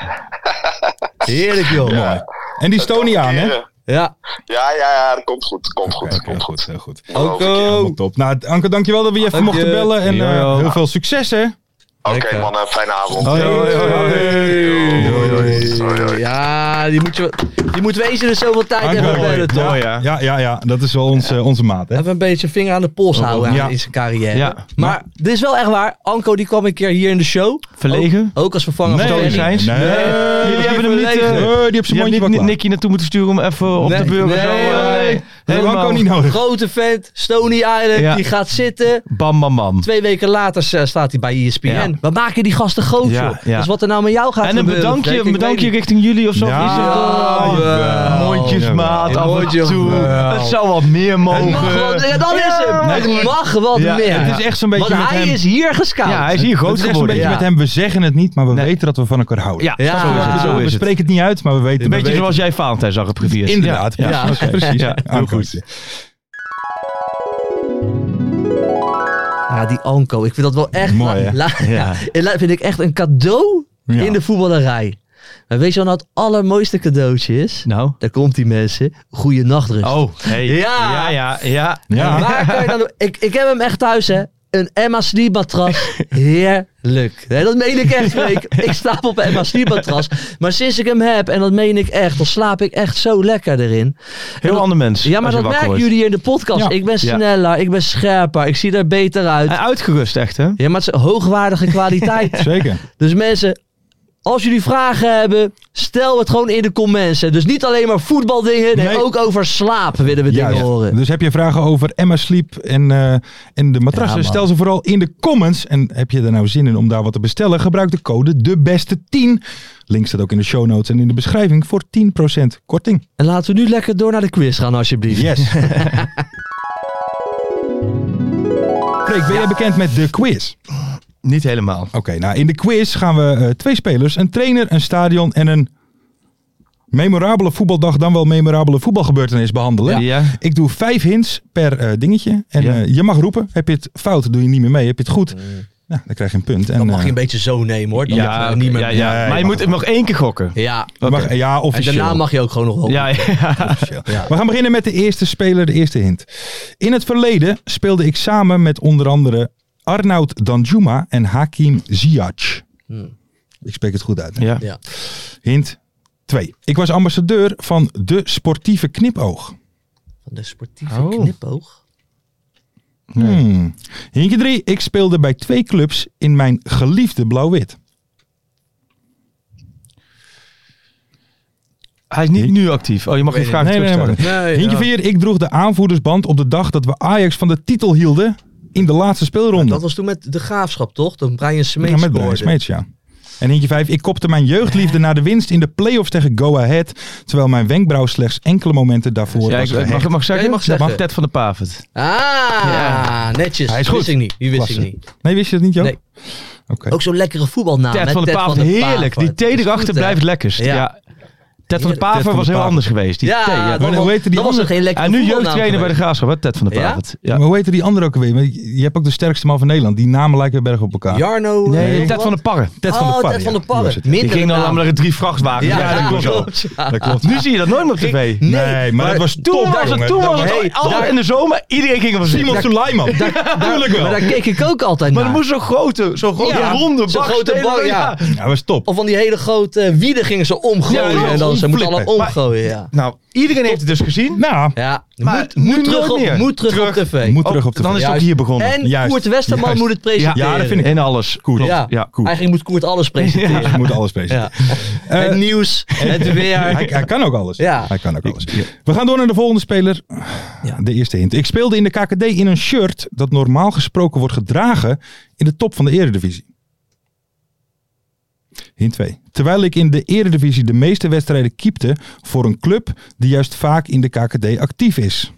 Speaker 5: Heerlijk, joh.
Speaker 4: Mooi.
Speaker 5: Ja.
Speaker 4: En die stoot niet aan, hè?
Speaker 8: Keren. eh, Ja, ja, ja, dat komt goed. Komt goed.
Speaker 4: Kijk, heel
Speaker 8: komt
Speaker 4: goed,
Speaker 8: goed.
Speaker 4: heel goed.
Speaker 8: Oké,
Speaker 4: Helemaal top. Nou, Anke, dankjewel dat we je even
Speaker 5: Dank je.
Speaker 4: mochten bellen. En eh,
Speaker 6: Jojo.
Speaker 4: heel veel succes, hè?
Speaker 5: Lekker.
Speaker 8: mannen, fijne avond.
Speaker 4: Hoi,
Speaker 6: hoi, hoi.
Speaker 4: Hoi, hoi.
Speaker 5: Ja, die moeten we, die moeten we eens in de zoveel tijd
Speaker 4: Anke,
Speaker 5: hebben
Speaker 4: mooi,
Speaker 5: bellen, toch?
Speaker 6: mooi, ja.
Speaker 4: Ja, ja, ja. Dat is wel ons, eh, onze maat, hè?
Speaker 5: Even een beetje vinger aan de pols houden
Speaker 4: Ja.
Speaker 5: aan in zijn carrière.
Speaker 6: Oh, Ja.
Speaker 5: Maar dit is wel echt waar. Anko die kwam een keer hier in de show.
Speaker 6: Verlegen?
Speaker 5: Ook, ook als vervanger
Speaker 6: Nee,
Speaker 5: van Tony.
Speaker 6: zijn ze.
Speaker 4: Nee.
Speaker 6: Nee. Jullie hebben hem niet...
Speaker 5: Oh,
Speaker 6: eh,
Speaker 4: Nee, die heeft zijn
Speaker 6: Je hebt
Speaker 4: mondje
Speaker 6: niet
Speaker 4: wel
Speaker 6: Ni-
Speaker 4: klaar.
Speaker 6: Nicky naartoe moeten sturen om even op
Speaker 5: Nee,
Speaker 6: de burger
Speaker 5: nee,
Speaker 6: zo... eh,
Speaker 5: nee.
Speaker 6: nee.
Speaker 4: Dat hebben we
Speaker 6: Helemaal.
Speaker 4: ook niet nodig.
Speaker 5: Grote vent, Stony Island,
Speaker 6: Ja.
Speaker 5: die gaat zitten.
Speaker 6: Bam, bam, bam.
Speaker 5: Twee weken later eh, staat hij bij ESPN.
Speaker 6: Ja.
Speaker 5: We maken die gasten groot,
Speaker 6: Ja,
Speaker 5: joh.
Speaker 6: ja.
Speaker 5: Dus wat er nou met jou gaat
Speaker 6: En een
Speaker 5: gebeuren,
Speaker 6: bedankje,
Speaker 5: Freek, ik
Speaker 6: een bedankje
Speaker 5: weet niet.
Speaker 6: richting jullie of zo.
Speaker 4: Ja,
Speaker 6: Is het,
Speaker 5: ja,
Speaker 6: eh,
Speaker 5: wel.
Speaker 6: Mondjesmaat
Speaker 5: Ja,
Speaker 6: af en
Speaker 5: mondje-
Speaker 6: toe.
Speaker 5: wel.
Speaker 6: Het zou wat meer
Speaker 5: Het
Speaker 6: mogen.
Speaker 5: mag wat, ja, dat is hem.
Speaker 6: Ja.
Speaker 5: Het mag wat
Speaker 6: Ja,
Speaker 5: meer.
Speaker 4: Het is echt zo'n beetje
Speaker 5: Want
Speaker 4: met
Speaker 5: hij
Speaker 4: hem.
Speaker 5: is hier gescout.
Speaker 6: Ja, hij is hier
Speaker 4: het
Speaker 6: groot
Speaker 4: is echt zo'n
Speaker 6: geworden.
Speaker 4: beetje
Speaker 5: ja.
Speaker 4: met hem. We zeggen het niet, maar we weten dat we van elkaar houden.
Speaker 6: Ja,
Speaker 5: Ja.
Speaker 6: zo is het. Zo
Speaker 4: we
Speaker 6: is het.
Speaker 4: spreken het niet uit, maar we weten we
Speaker 6: Een beetje
Speaker 4: weten-
Speaker 6: zoals jij Valentijn zag op gevierd.
Speaker 4: Inderdaad,
Speaker 6: Ja.
Speaker 4: ja,
Speaker 6: Ja.
Speaker 4: precies. precies.
Speaker 6: Ja, heel
Speaker 4: Anke.
Speaker 6: goed.
Speaker 5: Ja, Ah, die Anko. Ik vind dat wel echt...
Speaker 4: Mooi, hè?
Speaker 5: la-
Speaker 6: Ja.
Speaker 5: <laughs> la- vind ik echt een cadeau
Speaker 4: Ja.
Speaker 5: in de voetballerij. Maar weet je wat nou het allermooiste cadeautje is?
Speaker 6: Nou.
Speaker 5: Daar komt die mensen. Goeie nachtrust.
Speaker 6: Oh, hey.
Speaker 5: Ja.
Speaker 6: ja, ja, ja.
Speaker 4: Ja.
Speaker 5: Waar kan je dan
Speaker 6: <laughs>
Speaker 5: doen? Ik, ik heb hem echt thuis, hè. Een Emma Sleep matras. Heerlijk. Nee, dat meen ik echt, Freek. Ik slaap op een Emma Sleep matras. Maar sinds ik hem heb, en dat meen ik echt, dan slaap ik echt zo lekker erin.
Speaker 6: Heel
Speaker 5: dat-
Speaker 6: ander mens.
Speaker 5: Ja,
Speaker 6: als je
Speaker 5: maar dat
Speaker 6: wakker
Speaker 5: merken
Speaker 6: wordt.
Speaker 5: jullie hier in de podcast.
Speaker 4: Ja.
Speaker 5: Ik ben
Speaker 6: Ja.
Speaker 5: sneller, ik ben scherper, ik zie er beter uit.
Speaker 6: En uitgerust echt, hè?
Speaker 5: Ja, maar het is hoogwaardige
Speaker 6: <laughs>
Speaker 5: kwaliteit.
Speaker 4: Zeker.
Speaker 5: Dus mensen, als jullie vragen hebben, stel het gewoon in de comments. hè. Dus niet alleen maar voetbaldingen, nee,
Speaker 4: Nee.
Speaker 5: ook over slaap willen we
Speaker 4: Juist.
Speaker 5: <laughs> dingen horen.
Speaker 4: Dus heb je vragen over Emma Sleep en, eh, en de matrassen?
Speaker 5: Ja, man.
Speaker 4: stel ze vooral in de comments. En heb je er nou zin in om daar wat te bestellen? Gebruik de code de beste 10. Link staat ook in de show notes en in de beschrijving voor 10% korting.
Speaker 5: En laten we nu lekker door naar de quiz gaan, alsjeblieft.
Speaker 4: <laughs> Yes. Freek, ben jij bekend met de quiz?
Speaker 6: Niet helemaal.
Speaker 4: Oké, nou in de quiz gaan we eh, twee spelers, een trainer, een stadion en een memorabele voetbaldag, dan wel memorabele voetbalgebeurtenis behandelen.
Speaker 6: Ja. Ja.
Speaker 4: Ik doe vijf hints per eh, dingetje. En
Speaker 6: Ja.
Speaker 4: eh, je mag roepen. Heb je het fout, doe je niet meer mee. Heb je het goed, nou, dan krijg je een punt. En,
Speaker 5: Dan mag je
Speaker 4: eh,
Speaker 5: een beetje zo nemen, hoor. Dan mag je
Speaker 6: Ja,
Speaker 5: niet meer
Speaker 6: ja,
Speaker 5: mee.
Speaker 6: ja.
Speaker 4: Nee,
Speaker 6: Maar je moet nog één keer gokken.
Speaker 5: Ja.
Speaker 4: je mag- ja,
Speaker 5: En
Speaker 4: officieel.
Speaker 5: daarna mag je ook gewoon nog op.
Speaker 6: Ja, ja.
Speaker 4: officieel. We gaan beginnen met de eerste speler, de eerste hint. In het verleden speelde ik samen met onder andere Arnoud Danjuma en Hakim Ziyech. Ik spreek het goed uit. hè?
Speaker 6: ja.
Speaker 5: Ja.
Speaker 4: Hint 2. Ik was ambassadeur van de sportieve knipoog.
Speaker 5: Van de sportieve
Speaker 6: Oh.
Speaker 5: knipoog.
Speaker 4: Hmm. Hintje 3. Ik speelde bij twee clubs in mijn geliefde blauw-wit.
Speaker 6: Hij is niet nu actief. Oh, je mag geen vraag
Speaker 4: Nee, nee, nee,
Speaker 6: terugstellen.
Speaker 4: maar- Hintje 4. Ik droeg de aanvoerdersband op de dag dat we Ajax van de titel hielden in de laatste speelronde.
Speaker 5: Dat was toen met de graafschap, toch? Dat Brian Smeets
Speaker 4: ja, met
Speaker 5: scoorde.
Speaker 4: Brian Smeets, ja. En hintje 5. Ik kopte mijn jeugdliefde naar de winst in de play-offs tegen Go Ahead. Terwijl mijn wenkbrauw slechts enkele momenten daarvoor was
Speaker 6: Ja, ik, ik mag,
Speaker 4: gehecht.
Speaker 6: ik mag zeggen?
Speaker 5: Ja, je mag zeggen.
Speaker 6: Ted van de Pavert.
Speaker 5: Ah,
Speaker 6: Ja.
Speaker 5: netjes.
Speaker 4: Hij is
Speaker 5: Die
Speaker 4: goed.
Speaker 5: wist ik niet. Die wist ik
Speaker 4: Klasse.
Speaker 5: niet.
Speaker 4: Nee, wist je dat niet, Joop?
Speaker 5: Nee.
Speaker 4: Oké.
Speaker 5: Ook zo'n lekkere voetbalnaam.
Speaker 6: Ted
Speaker 5: hè?
Speaker 6: van de
Speaker 5: Ted
Speaker 6: Pavert. Heerlijk. Die
Speaker 5: Dat
Speaker 6: thee
Speaker 5: is
Speaker 6: erachter
Speaker 5: goed, hè?
Speaker 6: blijft lekkerst.
Speaker 5: Ja.
Speaker 6: Ja. Ted van de
Speaker 5: Heerlijk.
Speaker 6: Pavert
Speaker 4: Ted van
Speaker 6: was
Speaker 4: de
Speaker 6: heel
Speaker 4: Pavert.
Speaker 6: anders geweest. Die
Speaker 5: Ja,
Speaker 6: thee,
Speaker 5: maar
Speaker 4: Maar hoe heette die
Speaker 5: dan was er
Speaker 4: andere?
Speaker 5: geen lekkere
Speaker 6: En nu
Speaker 5: voetbalnaam
Speaker 6: jeugdtrainer bij de
Speaker 5: geweest.
Speaker 6: Graafschap, hè? Ted van de
Speaker 5: Ja?
Speaker 6: Pavert. Ja.
Speaker 4: Maar hoe heette die andere ook weer? Want Je je hebt ook de sterkste man van Nederland. Die namen lijken berg op elkaar.
Speaker 5: Jarno. eh,
Speaker 6: Nee, Ted
Speaker 5: wat?
Speaker 6: van de Parren. Ted
Speaker 5: Oh,
Speaker 6: van de
Speaker 5: Ted
Speaker 4: Parren,
Speaker 5: van
Speaker 4: ja.
Speaker 5: de Parren.
Speaker 4: Die was het.
Speaker 6: Die
Speaker 5: Minder
Speaker 6: ging dan
Speaker 5: naam.
Speaker 6: namelijk drie vrachtwagens.
Speaker 5: Ja, dat klopt.
Speaker 6: Dat klopt. Nu zie je dat nooit meer op tv.
Speaker 4: Nee, maar, dat was
Speaker 6: Toen
Speaker 4: top,
Speaker 6: was het,
Speaker 4: jongen.
Speaker 6: toen
Speaker 4: Dat
Speaker 6: was het
Speaker 5: Hey,
Speaker 6: altijd
Speaker 5: daar-
Speaker 6: in de zomer. Iedereen ging ervan
Speaker 4: Simon
Speaker 6: zitten.
Speaker 4: Suleiman. Tuurlijk wel.
Speaker 5: Maar daar keek ik ook altijd
Speaker 6: Maar
Speaker 5: naar.
Speaker 6: er moest zo'n grote, zo'n grote
Speaker 5: Ja,
Speaker 6: ronde
Speaker 5: zo'n
Speaker 6: bak
Speaker 5: grote
Speaker 6: stenen-
Speaker 5: bak, ja.
Speaker 4: Ja, dat was top.
Speaker 5: Of van die hele grote wieden gingen ze omgooien.
Speaker 6: Ja,
Speaker 5: en dan alles. Hij moet alles
Speaker 6: flippen. Maar-
Speaker 5: omgooien, ja.
Speaker 6: Nou, iedereen heeft het dus gezien.
Speaker 4: Nou,
Speaker 5: Ja,
Speaker 6: Maar
Speaker 5: moet,
Speaker 6: het moet
Speaker 5: moet, terug
Speaker 6: nooit
Speaker 5: op,
Speaker 6: meer.
Speaker 5: moet terug, op tv.
Speaker 4: moet terug op Oh, de
Speaker 6: dan is het ook
Speaker 5: Juist.
Speaker 6: hier begonnen.
Speaker 5: en
Speaker 4: juist,
Speaker 5: Koert Westerman
Speaker 4: juist.
Speaker 5: moet het
Speaker 6: ja,
Speaker 5: presenteren.
Speaker 6: ja, dat vind ik. En alles. Cool.
Speaker 5: Oh, Ja.
Speaker 6: Ja, cool.
Speaker 5: Eigenlijk moet Koert
Speaker 6: <laughs>
Speaker 5: alles presenteren.
Speaker 4: ze moeten alles bezig.
Speaker 5: Ja.
Speaker 6: Eh,
Speaker 5: het nieuws,
Speaker 6: <laughs>
Speaker 5: het
Speaker 4: Hij,
Speaker 5: weer.
Speaker 4: hij kan ook alles.
Speaker 5: Ja.
Speaker 4: Hij kan ook alles. We gaan door naar de volgende speler. De eerste hint. Ik speelde in de KKD in een shirt dat normaal gesproken wordt gedragen in de top van de eredivisie. Hint 2. Terwijl ik in de eredivisie de meeste wedstrijden keepte voor een club die juist vaak in de KKD actief is.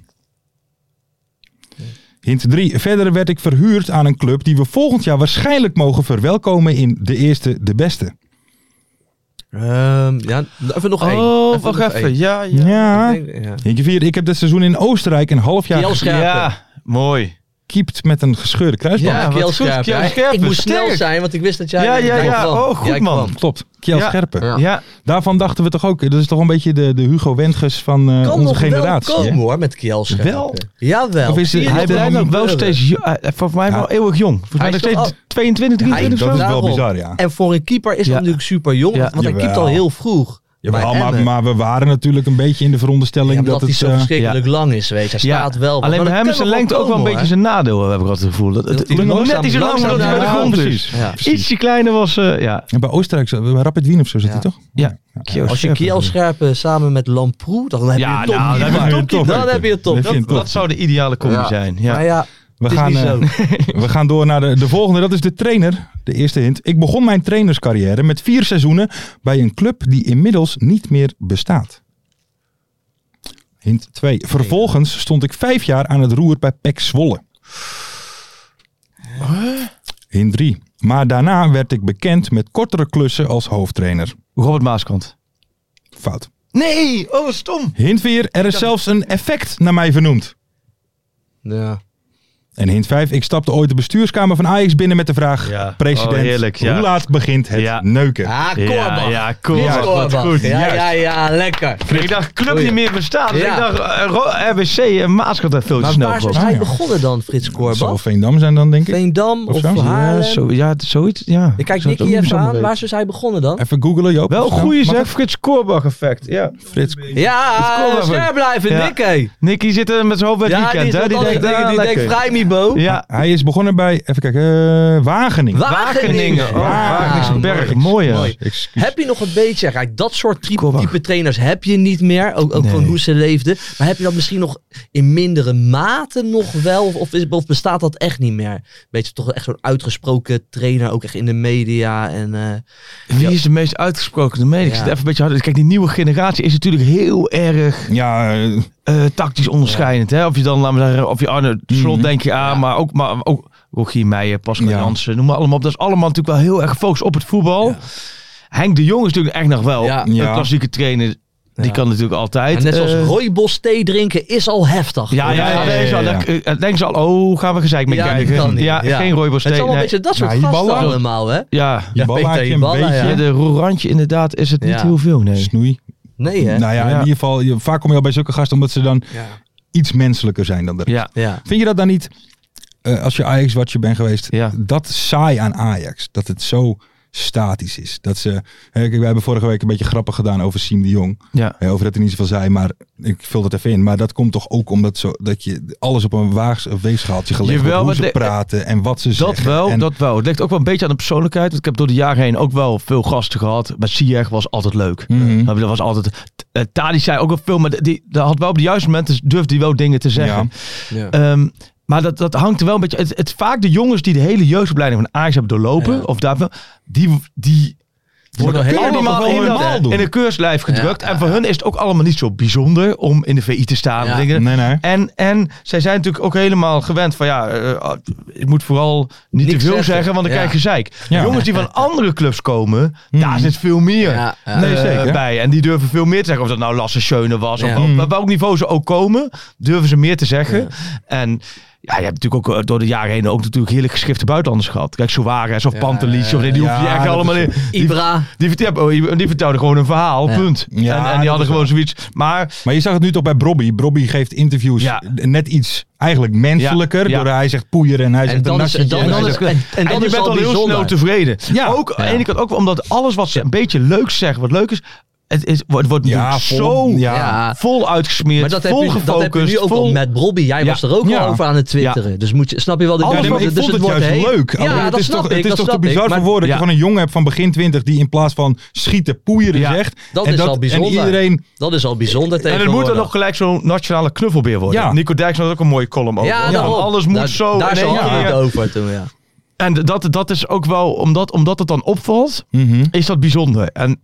Speaker 4: Hint 3. Verder werd ik verhuurd aan een club die we volgend jaar waarschijnlijk mogen verwelkomen in de eerste, de beste.
Speaker 5: Ehm, ja, even nog één.
Speaker 6: Oh, wacht
Speaker 5: nog
Speaker 6: even.
Speaker 5: één.
Speaker 6: Ja, ja.
Speaker 4: Ja.
Speaker 5: Ik denk- ja.
Speaker 4: Hintje 4. Ik heb dit seizoen in Oostenrijk een half jaar
Speaker 5: Kiel Scherpen.
Speaker 6: Ja, mooi.
Speaker 4: gekiept met een gescheurde kruisband.
Speaker 5: Ja,
Speaker 6: wat
Speaker 5: Kiel
Speaker 6: goed,
Speaker 5: Scherpen.
Speaker 6: Kiel
Speaker 5: Ja, Ik
Speaker 6: Scherpen,
Speaker 5: moest snel
Speaker 6: sterk.
Speaker 5: zijn, want ik wist dat jij...
Speaker 6: Ja, ja,
Speaker 5: jij
Speaker 6: ja.
Speaker 5: kwam.
Speaker 6: Oh, goed,
Speaker 5: Jij
Speaker 6: man.
Speaker 5: kwam.
Speaker 4: Klopt, Kiel
Speaker 6: Ja.
Speaker 4: Scherpen.
Speaker 5: Ja.
Speaker 6: Ja,
Speaker 4: Daarvan dachten we toch ook, dat is toch een beetje de, de Hugo Wendges van eh,
Speaker 5: Kan
Speaker 4: onze
Speaker 5: nog wel
Speaker 4: generatie.
Speaker 5: komen
Speaker 4: hè?
Speaker 5: hoor, met Kiel Scherpen.
Speaker 6: Wel?
Speaker 5: Jawel.
Speaker 4: Of is het-
Speaker 6: hij
Speaker 4: Hij
Speaker 6: blijft
Speaker 4: nog
Speaker 6: nog wel
Speaker 5: gebeuren.
Speaker 6: steeds, jo- hij- volgens mij wel eeuwig jong. Volgens mij
Speaker 5: Hij
Speaker 6: nog
Speaker 5: is
Speaker 6: steeds
Speaker 5: toch
Speaker 6: 22,
Speaker 5: Hij-
Speaker 6: 23
Speaker 4: dat
Speaker 6: of
Speaker 4: is
Speaker 6: zo.
Speaker 4: wel
Speaker 5: Daarom.
Speaker 4: bizar, ja.
Speaker 5: En voor een keeper
Speaker 6: Ja.
Speaker 5: is dat natuurlijk super jong,
Speaker 6: Ja.
Speaker 5: want hij
Speaker 4: Jawel.
Speaker 5: keept al heel vroeg.
Speaker 4: Jawel,
Speaker 5: Bij
Speaker 4: maar,
Speaker 5: Emmen.
Speaker 4: maar we waren natuurlijk een beetje in de veronderstelling
Speaker 5: Ja, maar
Speaker 4: dat
Speaker 5: dat hij
Speaker 4: het...
Speaker 5: zo
Speaker 4: eh,
Speaker 5: verschrikkelijk lang is, weet je. Hij staat wel. wat.
Speaker 6: Alleen
Speaker 5: Maar
Speaker 6: bij
Speaker 5: dat
Speaker 6: hem
Speaker 5: kan
Speaker 6: is zijn
Speaker 5: nog wel
Speaker 6: lengte ook wel een
Speaker 5: komen,
Speaker 6: beetje zijn nadeel, eh, heb ik altijd het gevoel. Dat, het
Speaker 5: hij
Speaker 6: lukt nog net
Speaker 5: langzaam-
Speaker 6: iets langer
Speaker 5: langzaam
Speaker 6: dat hij bij de
Speaker 5: naar
Speaker 6: grond
Speaker 4: huis
Speaker 6: is.
Speaker 4: is.
Speaker 5: hoor. Ja.
Speaker 4: precies.
Speaker 6: Ietsje kleiner was, eh, ja.
Speaker 4: En bij Oostenrijk, zo- bij Rapid Wien of zo zit hij
Speaker 5: Nou,
Speaker 4: toch?
Speaker 6: Ja.
Speaker 5: Als je Kiel Scherpen samen met Lamproe, dan heb je
Speaker 6: Ja,
Speaker 5: een top.
Speaker 6: nou, dan heb je een
Speaker 4: topkeeper.
Speaker 6: topkeeper.
Speaker 5: Dan heb je een top.
Speaker 4: Dan heb je een
Speaker 6: Dat,
Speaker 4: top.
Speaker 6: dat zou de ideale combi
Speaker 5: Ja.
Speaker 6: zijn.
Speaker 5: Maar
Speaker 6: Ja.
Speaker 5: ja,
Speaker 4: We
Speaker 5: het
Speaker 4: gaan,
Speaker 5: is niet
Speaker 4: eh,
Speaker 5: zo.
Speaker 4: <laughs> we gaan door naar de, de volgende, dat is de trainer. De eerste hint. Ik begon mijn trainerscarrière met vier seizoenen bij een club die inmiddels niet meer bestaat. Hint 2. Vervolgens stond ik vijf jaar aan het roer bij PEC Zwolle. Hint 3. Maar daarna werd ik bekend met kortere klussen als hoofdtrainer.
Speaker 6: Robert Maaskant.
Speaker 4: Fout.
Speaker 6: Nee, oh wat stom.
Speaker 4: Hint 4. Er is zelfs een effect naar mij vernoemd.
Speaker 5: Ja.
Speaker 4: En hint 5. Ik stapte ooit de bestuurskamer van Ajax binnen met de vraag...
Speaker 6: Ja.
Speaker 4: President,
Speaker 6: Oh, heerlijk, ja.
Speaker 4: hoe laat begint het
Speaker 6: Ja.
Speaker 4: neuken?
Speaker 5: Ah,
Speaker 6: Ja,
Speaker 5: Korbach.
Speaker 6: ja,
Speaker 5: Dit is
Speaker 6: Korbach. Wat
Speaker 5: Korbach.
Speaker 6: goed.
Speaker 5: Ja,
Speaker 6: juist.
Speaker 5: ja, ja, lekker.
Speaker 6: Ik dacht, club
Speaker 5: Goeie.
Speaker 6: niet meer bestaat. Dus
Speaker 5: Ja.
Speaker 6: Ik dacht, eh, Ro- RBC en Maaskant en veel te
Speaker 5: Maar
Speaker 6: snel.
Speaker 5: waar is
Speaker 6: gewoon.
Speaker 4: Ah, ja.
Speaker 5: hij begonnen dan, Frits
Speaker 4: Het zal
Speaker 5: Korbach?
Speaker 4: Veendam zijn dan, denk ik.
Speaker 5: Veendam
Speaker 4: Of
Speaker 5: of
Speaker 4: zo? Ja,
Speaker 6: Ja,
Speaker 5: Haarlem?
Speaker 6: zo, ja, het- zoiets. Ja.
Speaker 5: Ik kijk
Speaker 6: Zou het
Speaker 5: Nicky
Speaker 6: ook
Speaker 5: even
Speaker 6: zo
Speaker 5: aan,
Speaker 6: weten.
Speaker 5: waar is hij begonnen dan?
Speaker 4: Even googelen, Joop.
Speaker 6: Wel
Speaker 4: Snel.
Speaker 6: goeie
Speaker 4: Mag
Speaker 6: zeg, Frits Korbach effect. Ja.
Speaker 4: het? Frits.
Speaker 5: Ja,
Speaker 6: Korbach.
Speaker 5: scherp blijven,
Speaker 6: Ja.
Speaker 5: Nicky.
Speaker 6: Nicky zit er met zijn hoofd bij het
Speaker 5: Ja,
Speaker 6: weekend.
Speaker 5: die,
Speaker 6: hè?
Speaker 5: is
Speaker 6: Die
Speaker 5: altijd-
Speaker 6: denkt, ah,
Speaker 5: die denkt
Speaker 6: lekker.
Speaker 5: vrij Mibo.
Speaker 6: Ja,
Speaker 4: Hij is begonnen bij, even kijken, eh, Wageningen.
Speaker 6: Wageningen. Oh,
Speaker 4: Ja.
Speaker 6: Wageningse berg. Mooi, ja.
Speaker 5: Mooi.
Speaker 4: Excuus.
Speaker 5: Heb je nog een beetje, kijk, dat soort tri-
Speaker 6: Korbach.
Speaker 5: type trainers heb je niet meer, ook, ook van hoe ze leefden. Maar heb je dat misschien nog in mindere mate nog wel, of, of, is, of bestaat dat echt niet meer? Beetje toch echt zo'n uitgesproken trainer, ook echt in de media. En, eh,
Speaker 6: Wie is de meest uitgesproken mede? Ik
Speaker 5: Ja.
Speaker 6: zit even een beetje hard. Kijk, die nieuwe generatie is natuurlijk heel erg
Speaker 4: Ja, eh,
Speaker 6: eh, tactisch onderscheidend. Hè? Of je dan, laten we zeggen, of je Arne Slot
Speaker 4: Mhm.
Speaker 6: denk je aan, maar ook, maar ook Rogier Meijer, Pascal
Speaker 4: Ja.
Speaker 6: Jansen, noem maar allemaal op. Dat is allemaal natuurlijk wel heel erg gefocust op het voetbal. Henk de Jong is natuurlijk echt nog
Speaker 4: Oh,
Speaker 6: wel
Speaker 5: Ja.
Speaker 6: een
Speaker 4: Ja.
Speaker 6: klassieke trainer. Die
Speaker 5: Ja.
Speaker 6: kan natuurlijk altijd.
Speaker 5: en net zoals
Speaker 6: eh,
Speaker 5: rooibos thee drinken is al heftig.
Speaker 6: ja, ja, ja,
Speaker 4: Ja, ja,
Speaker 6: nee, zo,
Speaker 4: ja,
Speaker 6: dan- eh, dan denken ze al, oh, gaan we gezeik mee
Speaker 5: Ja, dat
Speaker 6: krijgen.
Speaker 5: kan niet.
Speaker 6: Ja,
Speaker 5: Ja.
Speaker 6: geen rooibos
Speaker 5: Het
Speaker 6: nee.
Speaker 5: is allemaal een beetje dat soort
Speaker 4: Nou, die
Speaker 5: gasten
Speaker 4: ballen-
Speaker 5: allemaal, hè?
Speaker 6: Ja,
Speaker 4: je bal
Speaker 5: Peter
Speaker 4: haak je een
Speaker 5: Hiballa,
Speaker 4: beetje. eh,
Speaker 5: ja.
Speaker 6: Ja, de roerantje inderdaad is het niet
Speaker 5: Ja.
Speaker 6: heel veel, nee.
Speaker 4: Snoei.
Speaker 5: Nee, hè?
Speaker 4: Nou ja, in
Speaker 6: Ja.
Speaker 4: ieder geval, je- vaak kom je al bij zulke gasten omdat ze dan
Speaker 5: Ja.
Speaker 4: iets menselijker zijn dan de rest.
Speaker 6: Ja.
Speaker 5: ja.
Speaker 4: Vind je dat dan niet, eh, als je ajax watje bent geweest,
Speaker 6: Ja.
Speaker 4: dat saai aan Ajax? Dat het zo statisch is. Dat ze, hè, kijk, wij hebben vorige week een beetje grappig gedaan over Siem de Jong.
Speaker 6: Ja.
Speaker 4: Hè, over dat er niet zoveel zei, maar ik vul dat even in. Maar dat komt toch ook omdat zo, dat je alles op een waags- een weegschaaltje gelegd
Speaker 6: Jawel,
Speaker 4: wordt. Hoe
Speaker 6: maar
Speaker 4: ze
Speaker 6: de-
Speaker 4: praten en wat ze
Speaker 6: Dat
Speaker 4: zeggen.
Speaker 6: wel,
Speaker 4: En-
Speaker 6: dat wel. Het ligt ook wel een beetje aan de persoonlijkheid. Want ik heb door de jaren heen ook wel veel gasten gehad. Maar Ziyech was altijd leuk.
Speaker 4: Mhm.
Speaker 6: Maar Dat was altijd... eh, Tadic zei ook wel veel, maar die, die had wel op de juiste momenten durfde hij wel dingen te zeggen.
Speaker 5: Ja.
Speaker 6: Ehm, maar dat, dat hangt er wel een beetje... Het, het, vaak de jongens die de hele jeugdopleiding van Ajax hebben doorlopen,
Speaker 5: Ja.
Speaker 6: of daar wel, die, die worden
Speaker 5: kunnen dat
Speaker 6: helemaal
Speaker 5: nog wel
Speaker 6: in, dat-
Speaker 5: helemaal
Speaker 4: doen.
Speaker 6: in een keurslijf gedrukt.
Speaker 5: Ja,
Speaker 6: en
Speaker 5: ja,
Speaker 6: voor hun is het ook allemaal niet zo bijzonder om in de VI te staan.
Speaker 5: Ja.
Speaker 6: en dingen.
Speaker 4: Nee, nee.
Speaker 6: En, en zij zijn natuurlijk ook helemaal gewend van ja, eh, ik moet vooral niet
Speaker 5: Niks
Speaker 6: te veel
Speaker 5: zeggen.
Speaker 6: zeggen, want dan
Speaker 5: Ja.
Speaker 6: krijg je zeik.
Speaker 4: Ja.
Speaker 6: Jongens die
Speaker 5: <laughs>
Speaker 6: van andere clubs komen, daar zit veel meer
Speaker 5: Ja,
Speaker 6: Hmm.
Speaker 5: ja.
Speaker 6: eh,
Speaker 4: Nee, zeker.
Speaker 6: bij. Hmm. En die durven veel meer te zeggen. Of dat nou Lasse Schöne was,
Speaker 5: Ja.
Speaker 6: of op,
Speaker 4: Mm.
Speaker 6: op welk niveau ze ook komen, durven ze meer te zeggen. En ja, je hebt natuurlijk ook eh, door de jaren heen ook natuurlijk heerlijk geschifte buitenlanders gehad. Kijk, Suarez of
Speaker 5: Ja,
Speaker 6: Pantelic, of, die die
Speaker 4: ja,
Speaker 6: hoef je echt
Speaker 4: dat
Speaker 6: allemaal in. Die,
Speaker 5: Ibra.
Speaker 6: die, die, die vertelde gewoon een verhaal,
Speaker 5: Ja.
Speaker 6: punt.
Speaker 4: Ja,
Speaker 6: en, en
Speaker 4: dat
Speaker 6: die
Speaker 4: is
Speaker 6: hadden gewoon zoiets. Maar
Speaker 4: Maar je zag het nu toch bij Bobby. Bobby geeft interviews
Speaker 6: Ja.
Speaker 4: net iets eigenlijk menselijker.
Speaker 6: Ja, ja.
Speaker 4: Door hij zegt poeier en hij
Speaker 5: En
Speaker 4: zegt
Speaker 5: dan
Speaker 4: een
Speaker 5: is het
Speaker 4: nasje.
Speaker 5: dan
Speaker 4: En
Speaker 5: is
Speaker 4: hij
Speaker 5: het-
Speaker 4: zegt-
Speaker 5: en- en
Speaker 6: En
Speaker 5: dat
Speaker 6: je
Speaker 5: is
Speaker 6: bent al heel
Speaker 5: bijzonder.
Speaker 6: snel tevreden.
Speaker 4: Ja.
Speaker 6: Ook aan
Speaker 5: Ja.
Speaker 6: de ene kant ook wel omdat alles wat ze een beetje leuk zeggen, wat leuk is, Het, is, het wordt
Speaker 4: Ja, vol-
Speaker 6: zo
Speaker 4: ja.
Speaker 5: Ja.
Speaker 6: vol uitgesmeerd,
Speaker 5: Maar dat heb,
Speaker 6: vol
Speaker 5: je, dat heb je
Speaker 6: gefocust,
Speaker 5: nu ook
Speaker 6: vol...
Speaker 5: al met Brobby.
Speaker 6: Ja.
Speaker 5: Jij was er ook
Speaker 4: Ja.
Speaker 5: al over aan het twitteren. Dus moet je, snap je wel? de-
Speaker 6: Ja,
Speaker 4: Ja, nee, maar
Speaker 6: dus
Speaker 4: ik vond het,
Speaker 5: wordt
Speaker 4: juist
Speaker 5: heen.
Speaker 4: leuk.
Speaker 5: Ja,
Speaker 4: Alleen, het
Speaker 5: dat
Speaker 4: is
Speaker 5: snap
Speaker 4: toch,
Speaker 5: ik.
Speaker 4: het is
Speaker 5: dat
Speaker 4: toch te
Speaker 5: snap ik.
Speaker 4: bizar
Speaker 5: Maar-
Speaker 4: voor woorden dat
Speaker 6: Ja.
Speaker 4: je gewoon een jongen hebt van begin 20 die in plaats van schieten poeieren
Speaker 6: Ja,
Speaker 4: zegt.
Speaker 5: dat
Speaker 4: en
Speaker 5: is al bijzonder.
Speaker 4: En iedereen,
Speaker 5: Dat is al bijzonder
Speaker 6: En het
Speaker 5: tegenwoordig.
Speaker 6: moet dan nog gelijk zo'n nationale knuffelbeer worden.
Speaker 4: Ja.
Speaker 6: Nico Dijks had ook een mooie column over.
Speaker 5: Ja,
Speaker 6: Want
Speaker 5: daarom.
Speaker 6: Alles moet
Speaker 5: daar,
Speaker 6: zo.
Speaker 5: Daar
Speaker 6: in één
Speaker 5: zal
Speaker 6: keer.
Speaker 5: ik het over toen, ja.
Speaker 6: En dat, dat is ook wel, omdat, omdat het dan opvalt,
Speaker 4: Mhm.
Speaker 6: is dat bijzonder. En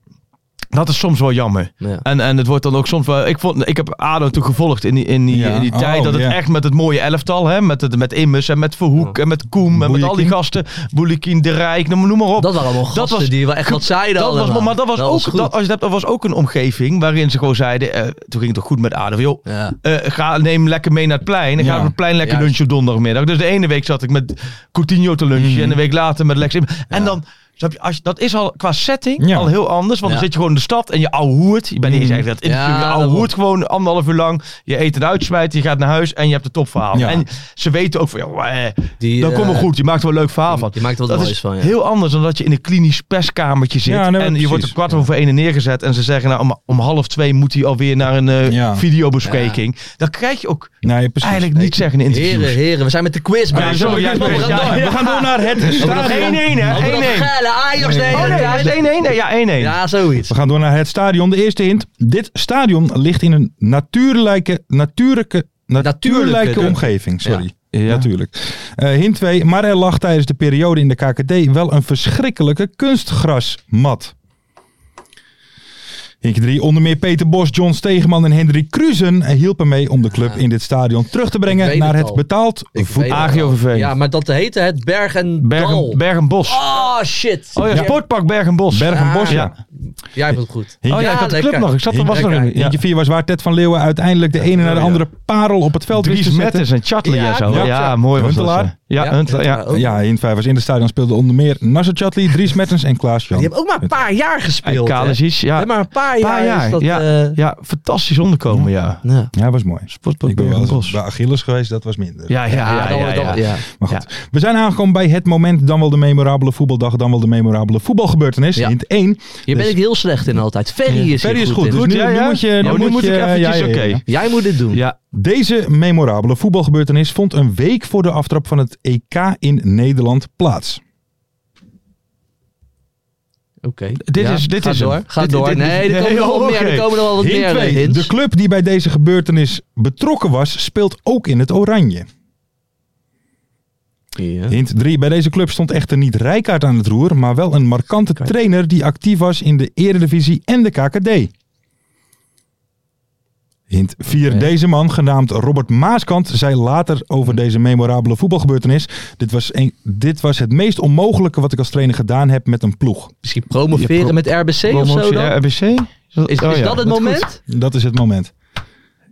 Speaker 6: dat is soms wel jammer.
Speaker 5: Ja.
Speaker 6: En, en het wordt dan ook soms wel... Ik, vond, ik heb ADO toen gevolgd in die, in die,
Speaker 4: Ja.
Speaker 6: in die
Speaker 4: Oh,
Speaker 6: tijd. dat het
Speaker 4: ja.
Speaker 6: echt met het mooie elftal, hè, met, het, met Immers en met Verhoek en met Koem en met al die
Speaker 4: Boelikin.
Speaker 6: gasten. Boelikin, De Rijk, noem, noem maar op.
Speaker 5: Dat waren allemaal gasten
Speaker 6: was-
Speaker 5: die wel echt wat zeiden
Speaker 6: Dat was,
Speaker 5: allemaal.
Speaker 6: maar dat was ook,
Speaker 5: goed.
Speaker 6: dat, als je het hebt, dat was ook een omgeving waarin ze gewoon zeiden, eh, toen ging het toch goed met ADO, joh,
Speaker 5: Ja.
Speaker 6: eh, ga, neem lekker mee naar het plein. En
Speaker 4: Ja.
Speaker 6: gaan we het plein lekker
Speaker 5: Juist.
Speaker 6: lunchen op donderdagmiddag. Dus de ene week zat ik met Coutinho te
Speaker 5: Mhm.
Speaker 6: lunchen. En een week later met Lex. Im- En dan, snap je, als je- dat is al qua setting
Speaker 4: Ja.
Speaker 6: al heel anders. Want
Speaker 5: Ja. Mhm.
Speaker 6: dan zit je gewoon in de stad en je ouwe hoert. Je bent niet eens echt dat interview.
Speaker 5: Ja,
Speaker 6: je ouwe
Speaker 5: daarom.
Speaker 6: hoert gewoon anderhalf uur lang. Je eet en uitsmijt. Je gaat naar huis en je hebt de topverhaal.
Speaker 4: Ja.
Speaker 6: En ze weten ook van, joh, eh,
Speaker 5: Die,
Speaker 6: dat
Speaker 5: eh,
Speaker 6: komt wel goed. Je maakt er wel een leuk verhaal van.
Speaker 5: Je maakt er wat
Speaker 6: Dat
Speaker 5: moois
Speaker 6: is
Speaker 5: van, ja.
Speaker 6: heel anders dan dat je in een klinisch perskamertje zit.
Speaker 4: Ja, nee, maar
Speaker 6: en je
Speaker 4: precies.
Speaker 6: wordt er kwart over één neergezet. En ze zeggen, nou, om, om half twee moet hij alweer naar een eh,
Speaker 4: Ja.
Speaker 6: videobespreking. Dan krijg je ook
Speaker 4: nee, precies.
Speaker 6: eigenlijk niet zeggen in interviews.
Speaker 5: Heren, heren, we zijn met de quiz
Speaker 6: Ja,
Speaker 5: bezig.
Speaker 6: sorry,
Speaker 5: We
Speaker 6: ja,
Speaker 5: gaan
Speaker 6: sorry.
Speaker 5: door,
Speaker 6: Ja,
Speaker 5: door.
Speaker 6: ja.
Speaker 4: We gaan door naar het
Speaker 6: Dat
Speaker 4: stadion.
Speaker 6: 1-1 hè,
Speaker 5: Over dat
Speaker 6: 1-1.
Speaker 5: geile Ajax de
Speaker 6: Oh
Speaker 5: hele
Speaker 6: nee,
Speaker 5: tijd.
Speaker 6: is het 1-1? Nee, ja, 1-1.
Speaker 5: Ja, zoiets.
Speaker 4: We gaan door naar het stadion. De eerste hint. Dit stadion ligt in een natuurlijke, natuurlijke, natuurlijke
Speaker 5: Natuurlijke.
Speaker 4: omgeving. Sorry.
Speaker 6: Ja. Ja.
Speaker 4: Natuurlijk. Eh, hint 2. Maar er lag tijdens de periode in de KKD wel een verschrikkelijke kunstgrasmat. Hintje 3. Onder meer Peter Bos, John Stegeman en Henry Cruzen hielpen mee om de club in dit stadion terug te
Speaker 5: Ik
Speaker 4: brengen
Speaker 5: weet
Speaker 4: naar
Speaker 5: het
Speaker 4: het,
Speaker 5: al.
Speaker 4: betaald
Speaker 5: Ik
Speaker 4: voetbal.
Speaker 5: weet het
Speaker 6: AGOVV.
Speaker 5: wel. Ja, maar dat heette het Berg en Dal.
Speaker 6: Bergen, Bergenbos.
Speaker 5: Oh, shit.
Speaker 6: oh ja, Sportpark Bergenbos.
Speaker 4: Bergenbos,
Speaker 5: Ah,
Speaker 4: ja.
Speaker 5: Jij hebt het goed.
Speaker 6: Oh ja, ik had de
Speaker 5: lekker.
Speaker 6: club nog. Ik zat er was nog
Speaker 5: Lekker.
Speaker 6: in. Ja.
Speaker 4: Hintje 4 was waar Ted van Leeuwen uiteindelijk de ene naar de andere parel op het veld wist
Speaker 6: Dries
Speaker 4: te zetten.
Speaker 6: Mettes en Chatley
Speaker 5: Ja,
Speaker 6: en zo. Ja,
Speaker 4: klopt, ja.
Speaker 6: mooi was dat.
Speaker 4: Huntelaar.
Speaker 6: hè. Ja,
Speaker 5: Ja,
Speaker 6: Huntelaar. Ja.
Speaker 5: Huntelaar
Speaker 4: Ja,
Speaker 5: ook.
Speaker 4: in vijf was in het stadion speelden onder meer Nasser Chatley, Dries Mertens en Klaas Jan.
Speaker 5: Die hebben ook maar een paar jaar
Speaker 6: En
Speaker 5: gespeeld. hè?
Speaker 6: Kalesic. Ja,
Speaker 5: Hè, Maar een paar
Speaker 6: Paar
Speaker 5: jaar
Speaker 6: jaar,
Speaker 5: is dat...
Speaker 6: ja.
Speaker 5: eh,
Speaker 6: ja, fantastisch onderkomen, ja.
Speaker 5: nou.
Speaker 4: Ja, was mooi.
Speaker 6: Sportpark
Speaker 4: Ik ben wel eens
Speaker 6: Bergenbos.
Speaker 4: bij Achilles geweest, dat was minder.
Speaker 6: Ja, ja,
Speaker 5: dan-
Speaker 6: ja, ja,
Speaker 5: dan-
Speaker 6: ja.
Speaker 5: Ah, ja.
Speaker 4: Maar goed, we zijn aangekomen bij het moment, dan wel de memorabele voetbaldag, dan wel de memorabele voetbalgebeurtenis.
Speaker 5: Ja.
Speaker 4: Hint 1.
Speaker 5: Hier
Speaker 6: Dus-
Speaker 5: ben ik heel slecht in altijd. Ferry is
Speaker 4: Ferry
Speaker 5: hier
Speaker 4: is goed.
Speaker 5: in.
Speaker 4: Dus nu,
Speaker 6: Ja,
Speaker 4: nu
Speaker 6: ja.
Speaker 4: moet je...
Speaker 6: Oh, nu moet
Speaker 4: je-
Speaker 6: ik eventjes, oké.
Speaker 5: Jij moet dit doen.
Speaker 6: Ja,
Speaker 4: Deze memorabele voetbalgebeurtenis vond een week voor de aftrap van het EK in Nederland plaats.
Speaker 5: Oké.
Speaker 6: dit
Speaker 5: Ja,
Speaker 6: is- dit
Speaker 5: ga
Speaker 6: is
Speaker 5: door.
Speaker 6: hem.
Speaker 5: Ga
Speaker 6: Dit-
Speaker 5: door.
Speaker 6: dit- dit-
Speaker 5: nee, er
Speaker 4: <laughs>
Speaker 5: komen nog wel wat
Speaker 6: Oké.
Speaker 5: meer. Er komen nog wel wat
Speaker 4: Hint
Speaker 5: meer eh,
Speaker 4: 2.
Speaker 5: hints.
Speaker 4: De club die bij deze gebeurtenis betrokken was, speelt ook in het oranje.
Speaker 5: Ja.
Speaker 4: Hint 3. Bij deze club stond echter niet Rijkaard aan het roer, maar wel een markante trainer die actief was in de Eredivisie en de KKD. Hint 4.
Speaker 5: Oké.
Speaker 4: Deze man, genaamd Robert Maaskant, zei later
Speaker 5: Hm.
Speaker 4: over deze memorabele voetbalgebeurtenis. Dit was, een, dit was het meest onmogelijke wat ik als trainer gedaan heb met een ploeg.
Speaker 5: Misschien promoveren
Speaker 6: pro-
Speaker 5: met RBC of zo
Speaker 6: promotie
Speaker 5: dan?
Speaker 6: RBC. Oh,
Speaker 5: Is, is dat het moment?
Speaker 4: Dat is het moment.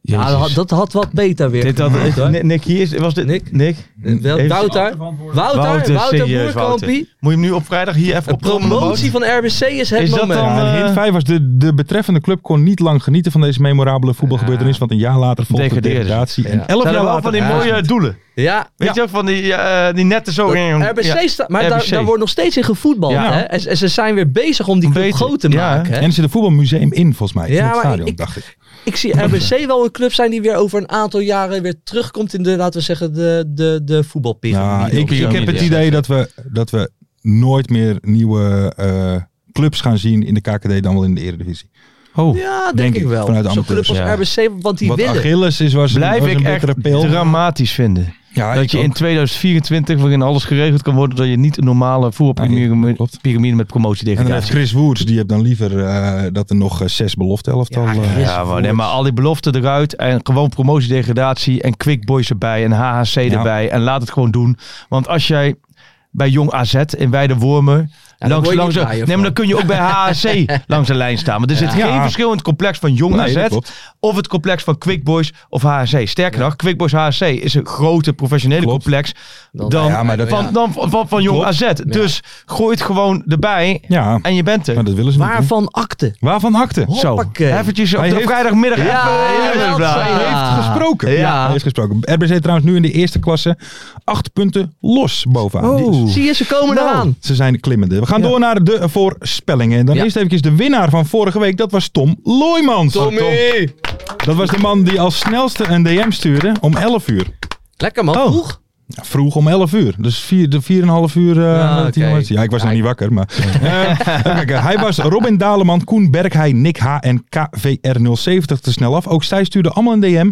Speaker 5: Ja, dat had- dat had wat beter weer.
Speaker 6: Dit had,
Speaker 5: gemaakt, hoor.
Speaker 6: Nick, Nick, hier is, was dit Nick? Nick?
Speaker 5: Eh, wel-
Speaker 6: Even-
Speaker 5: Wouter, Wouter, Wouter
Speaker 6: serieus, Wouter.
Speaker 5: Boerkampie.
Speaker 6: Moet je hem nu op vrijdag hier even
Speaker 5: Een
Speaker 6: op promotie
Speaker 5: promotie van RBC is het
Speaker 6: Is dat
Speaker 5: moment.
Speaker 6: dan-
Speaker 4: Ja, en
Speaker 6: eh,
Speaker 4: hint 5 was de, de betreffende club kon niet lang genieten van deze memorabele voetbalgebeurtenis, want een jaar later volgde de
Speaker 6: Degradeerde ze.
Speaker 4: degradatie. En
Speaker 5: Ja.
Speaker 4: 11
Speaker 6: Zijn
Speaker 4: jaar
Speaker 6: er
Speaker 4: later...
Speaker 6: wel van die
Speaker 5: Ja.
Speaker 6: mooie doelen.
Speaker 5: Ja.
Speaker 6: Weet je ook, van die, eh, die nette zo.
Speaker 5: Dat RBC
Speaker 6: Ja.
Speaker 5: staat, maar
Speaker 6: RBC.
Speaker 5: Daar, daar wordt nog steeds in gevoetbald.
Speaker 6: Ja.
Speaker 5: Hè? En, en ze zijn weer bezig om die club
Speaker 6: Beter.
Speaker 5: groot te
Speaker 6: Ja, hè.
Speaker 5: maken. hè.
Speaker 4: En er zit een voetbalmuseum in, volgens mij.
Speaker 5: Ja,
Speaker 4: in het
Speaker 5: maar
Speaker 4: stadion,
Speaker 5: ik-
Speaker 4: dacht ik.
Speaker 5: Ik zie RBC wel een club zijn die weer over een aantal jaren weer terugkomt in de, laten we zeggen, de, de, de
Speaker 4: Ja,
Speaker 5: voetbalpyramide.
Speaker 4: ik, ik heb het
Speaker 6: Ja.
Speaker 4: idee dat we, dat we nooit meer nieuwe eh, clubs gaan zien in de KKD dan wel in de Eredivisie.
Speaker 6: Oh.
Speaker 5: Ja, denk,
Speaker 4: Denk
Speaker 5: ik
Speaker 4: ik,
Speaker 5: wel.
Speaker 4: vanuit
Speaker 5: Zo'n club
Speaker 4: amateurs,
Speaker 5: als RBC, want die
Speaker 4: Wat
Speaker 5: willen.
Speaker 4: Achilles is, was een,
Speaker 6: Blijf
Speaker 4: was
Speaker 6: ik
Speaker 4: een
Speaker 6: echt
Speaker 4: bittere pil.
Speaker 6: dramatisch vinden.
Speaker 4: Ja,
Speaker 6: dat
Speaker 4: ik
Speaker 6: je
Speaker 4: ook.
Speaker 6: in 2024, waarin alles geregeld kan worden, dat je niet een normale
Speaker 4: Nee, dat
Speaker 6: voerpyramide
Speaker 4: klopt.
Speaker 6: pyramide met promotie
Speaker 4: En dan heeft
Speaker 6: degradatie.
Speaker 4: Chris Woods, die heeft dan liever eh, dat er nog eh, zes belofte elftal...
Speaker 5: Ja,
Speaker 4: eh,
Speaker 5: Chris
Speaker 6: Ja, maar, nee, maar al die beloften eruit en gewoon promotiedegradatie en Quick Boys erbij en HHC erbij en laat het gewoon doen. Want als jij bij Jong AZ in Weidewormen
Speaker 5: daar
Speaker 6: langs,
Speaker 5: word je
Speaker 6: langs,
Speaker 5: niet
Speaker 6: nee,
Speaker 5: blijer
Speaker 6: maar
Speaker 5: van.
Speaker 6: dan kun je ook bij HHC
Speaker 4: <laughs>
Speaker 6: langs de lijn staan. Want er zit
Speaker 4: Ja.
Speaker 6: geen verschil in het complex van Jong
Speaker 4: Nee, dat
Speaker 6: AZ
Speaker 4: klopt.
Speaker 6: of het complex van Quick Boys of HHC. Sterker nog, Quick Boys HHC is een grote professionele
Speaker 4: Klopt.
Speaker 6: complex dan,
Speaker 5: Dan-
Speaker 4: Ja, maar dat-
Speaker 6: van, dan van, van, van Jong
Speaker 4: Klopt.
Speaker 6: AZ. Dus gooi het gewoon erbij
Speaker 4: Ja,
Speaker 6: en je bent er.
Speaker 4: maar dat willen ze niet. hè?
Speaker 5: Waarvan akte?
Speaker 4: Waarvan akte?
Speaker 6: Zo,
Speaker 5: Hoppakee.
Speaker 6: eventjes op
Speaker 4: Hij
Speaker 6: de
Speaker 4: heeft-
Speaker 6: vrijdagmiddag
Speaker 5: Ja,
Speaker 6: even-
Speaker 5: ja,
Speaker 6: even-
Speaker 5: dat zei je.
Speaker 4: Hij heeft gesproken.
Speaker 5: Ja.
Speaker 4: hij heeft gesproken. RBC trouwens nu in de eerste klasse. Acht punten los bovenaan. Die is-
Speaker 5: Oh. Zie je, ze komen
Speaker 6: Nou.
Speaker 5: eraan.
Speaker 4: Ze zijn klimmende. We gaan gaan
Speaker 5: Ja.
Speaker 4: door naar de voorspellingen. En dan
Speaker 5: Ja.
Speaker 4: eerst even de winnaar van vorige week. Dat was Tom Looijmans. Dat was de man die als snelste een DM stuurde om 11 uur.
Speaker 5: Lekker man,
Speaker 4: Oh.
Speaker 5: vroeg.
Speaker 4: Ja, vroeg om 11 uur. Dus vier, de 4,5 uur. eh,
Speaker 5: Ja,
Speaker 4: nadat hij nog
Speaker 5: oké.
Speaker 4: was. ja, ik was nog niet wakker. Maar, Eh, even kijken. hij was Robin Daleman, Koen Bergheij, Nick H. en KVR070 te snel af. Ook zij stuurden allemaal een DM.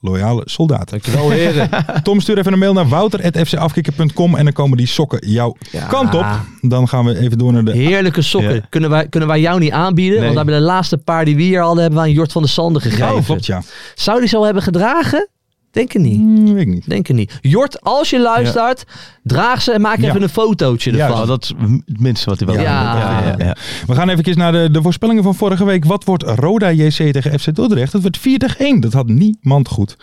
Speaker 4: Loyale soldaten.
Speaker 5: Dankjewel heren.
Speaker 4: Tom, stuur even een mail naar wouter.fcafkikker.com en dan komen die sokken jouw kant op. Dan gaan we even door naar de...
Speaker 5: Heerlijke sokken.
Speaker 6: Ja.
Speaker 5: Kunnen, wij, kunnen wij jou niet aanbieden?
Speaker 6: Nee.
Speaker 5: Want we hebben de laatste paar die we hier hadden, hebben wij aan Jort van der Sande gegeven.
Speaker 4: Oh, klopt, ja.
Speaker 5: Zou die zo hebben gedragen? Denk het niet.
Speaker 4: Hm, weet ik niet.
Speaker 5: Denk het niet. Jort, als je luistert, draag ze en maak
Speaker 4: Ja.
Speaker 5: even een fotootje
Speaker 4: Juist.
Speaker 5: ervan.
Speaker 6: Oh, dat is m- het minste wat hij wel
Speaker 5: Ja.
Speaker 6: ja,
Speaker 5: Ja.
Speaker 6: ja.
Speaker 4: We gaan even naar de, de voorspellingen van vorige week. Wat wordt Roda JC tegen FC Dordrecht? Het werd 4 tegen 1. Dat had niemand goed.